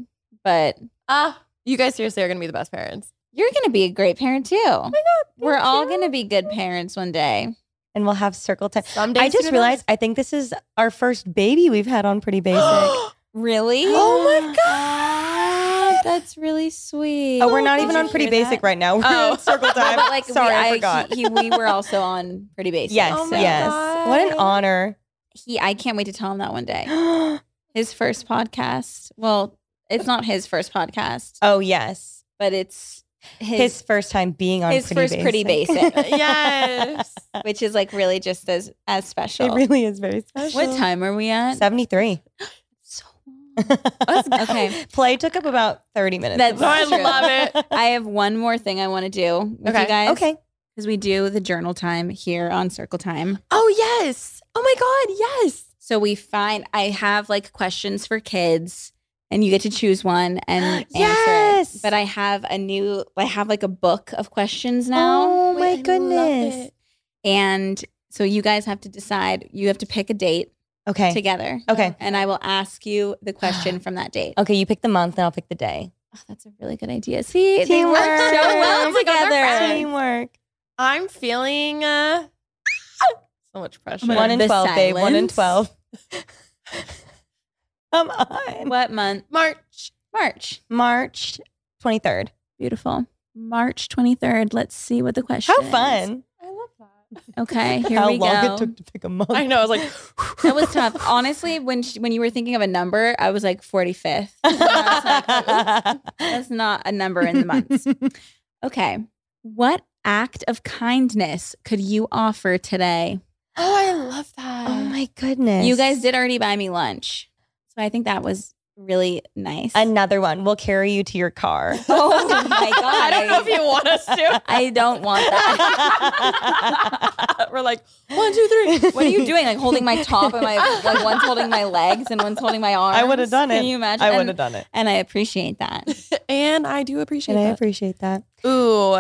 but
Ah, you guys seriously are gonna be the best parents.
you're going to be a great parent too.
Oh
We're all going to be good parents one day.
and we'll have circle time.
Someday
I just
sooner than-
realized I think this is our first baby we've had on Pretty Basic. oh,
Really?
my
God. That's really sweet.
we're not even
Oh, Did
on
you
Pretty
hear
Basic
that?
right now. We're
Oh.
on circle time.
But, like,
Sorry,
we,
I, forgot.
He, he- we were also on Pretty Basic.
yes,
Oh
so
my
yes.
God.
What an honor.
He, I can't wait to tell him that one day. His first podcast. Well, it's not his first podcast,
oh yes.
but it's
His,
his
first time being on
his
Pretty
first
Basic.
Pretty Basic.
yes.
uh,
which is like really just as as special.
It really is very special.
what time are we at?
73.
So
okay.
Okay.
Play took up about 30 minutes.
That's
of us.
true. I
love it.
I have one more thing I want to do with
Okay.
you guys.
Okay.
Because we do the journal time here on Circle Time.
Oh yes. Oh my god, yes.
So we find I have like questions for kids and you get to choose one and answer
Yes.
it. But I have a new I have like a book of questions now.
Oh my
Wait, I love
goodness.
it.
And so you guys have to decide, you have to pick a date
Okay.
together.
Okay.
And I will ask you the question from that date.
Okay, you pick the month and I'll pick the day.
Oh, that's a really good idea. See, they work so
Oh
well
my God, they're
together.
friends.
Teamwork.
I'm feeling uh, so much pressure.
my God.
One in
The
12, babe. One in
silence.
12. Come on.
What month?
March.
March.
March 23rd.
Beautiful. March 23rd. Let's see what the question
How
is.
fun.
I love that.
Okay, here
How
we
long
go.
it took to pick a month.
I know. I was like,
that was tough. Honestly, when she, when you were thinking of a number, I was like 45th. And I was like, That's not a number in the months. Okay. What act of kindness could you offer today?
oh, I love that.
oh my goodness.
You guys did already buy me lunch. So I think that was really nice.
Another one. We'll carry you to your car.
oh my God.
I don't know if you want us to.
I don't want that.
We're like one, two, three.
What are you doing? Like holding my top and my like one's holding my legs and one's holding my arms.
I would've done
Can
it.
you imagine?
I
And-
would have done it.
And I appreciate that.
And I do appreciate
And I
it.
appreciate that.
Ooh.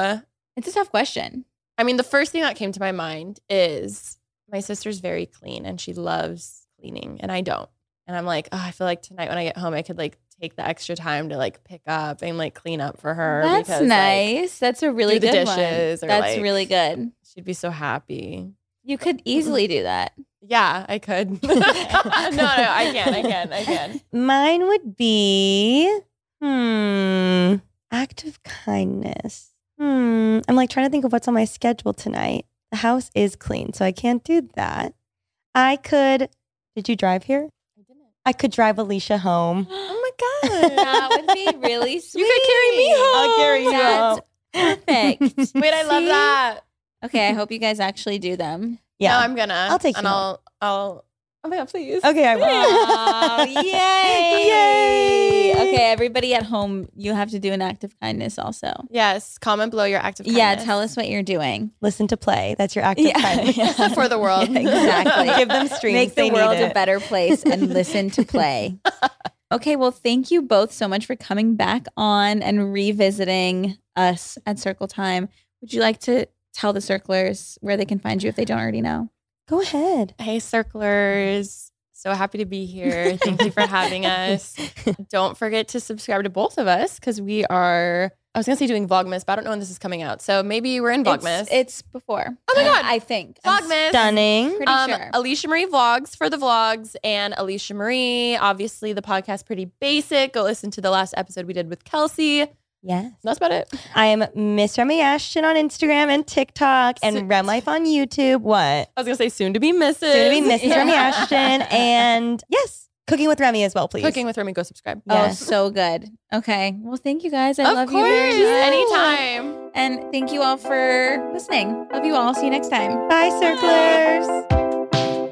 It's a tough question.
I mean, the first thing that came to my mind is my sister's very clean and she loves cleaning and I don't. And I'm like, oh, I feel like tonight when I get home, I could like take the extra time to like pick up and like clean up for her.
That's
because, like,
nice. That's a really
do the
good
dishes or,
one. That's
like-
really good.
she'd be so happy.
You could easily do that.
Yeah, I could. no, no, I can, I can, I can.
Mine would be hmm act of kindness. Hmm. I'm like trying to think of what's on my schedule tonight. The house is clean, so I can't do that. I could did you drive here?
I didn't.
I could drive Alicia home.
Oh my god,
That would be really sweet.
you could carry me home.
I'll carry you
That's
home.
perfect.
Wait, I love
See?
that.
Okay, I hope you guys actually do them.
No,
Yeah.
I'm gonna.
I'll take
and
you
I'll. I'll. Oh my god, please.
okay, I will.
Oh, yay!
Yay.
Okay, everybody at home, you have to do an act of kindness also.
Yes. Comment below your act of kindness.
Yeah, tell us what you're doing.
Listen to play. That's your act of
Yeah.
kindness.
Yeah.
For the world.
exactly.
Give them streams.
Make the
They need
world a
it.
better place and listen to play. Okay, well, thank you both so much for coming back on and revisiting us at Circle Time. Would you like to tell the circlers where they can find you if they don't already know?
Go ahead.
Hey, circlers. So happy to be here. Thank you for having us. Don't forget to subscribe to both of us because we are. I was gonna say doing Vlogmas, but I don't know when this is coming out. So maybe we're in Vlogmas.
It's, it's before.
Oh my God.
I think. I'm
Vlogmas.
Stunning.
Pretty
Um,
sure.
Alicia Marie vlogs for the vlogs, and Alicia Marie. Obviously, the podcast pretty basic. Go listen to the last episode we did with Kelsey.
Yes.
That's about it.
I am Miss Remy Ashton on Instagram and TikTok
Soon-
and Rem Life on YouTube. What?
I was gonna say soon to be Mrs.
Soon to be Miss
Yeah.
Remy Ashton and yes, Cooking with Remy as well, please.
Cooking with Remy. Go subscribe.
Oh,
Yes.
so good. Okay. Well, thank you guys. I
of
love
course,
you very much.
anytime.
And thank you all for listening. Love you all. See you next time.
Bye, circlers.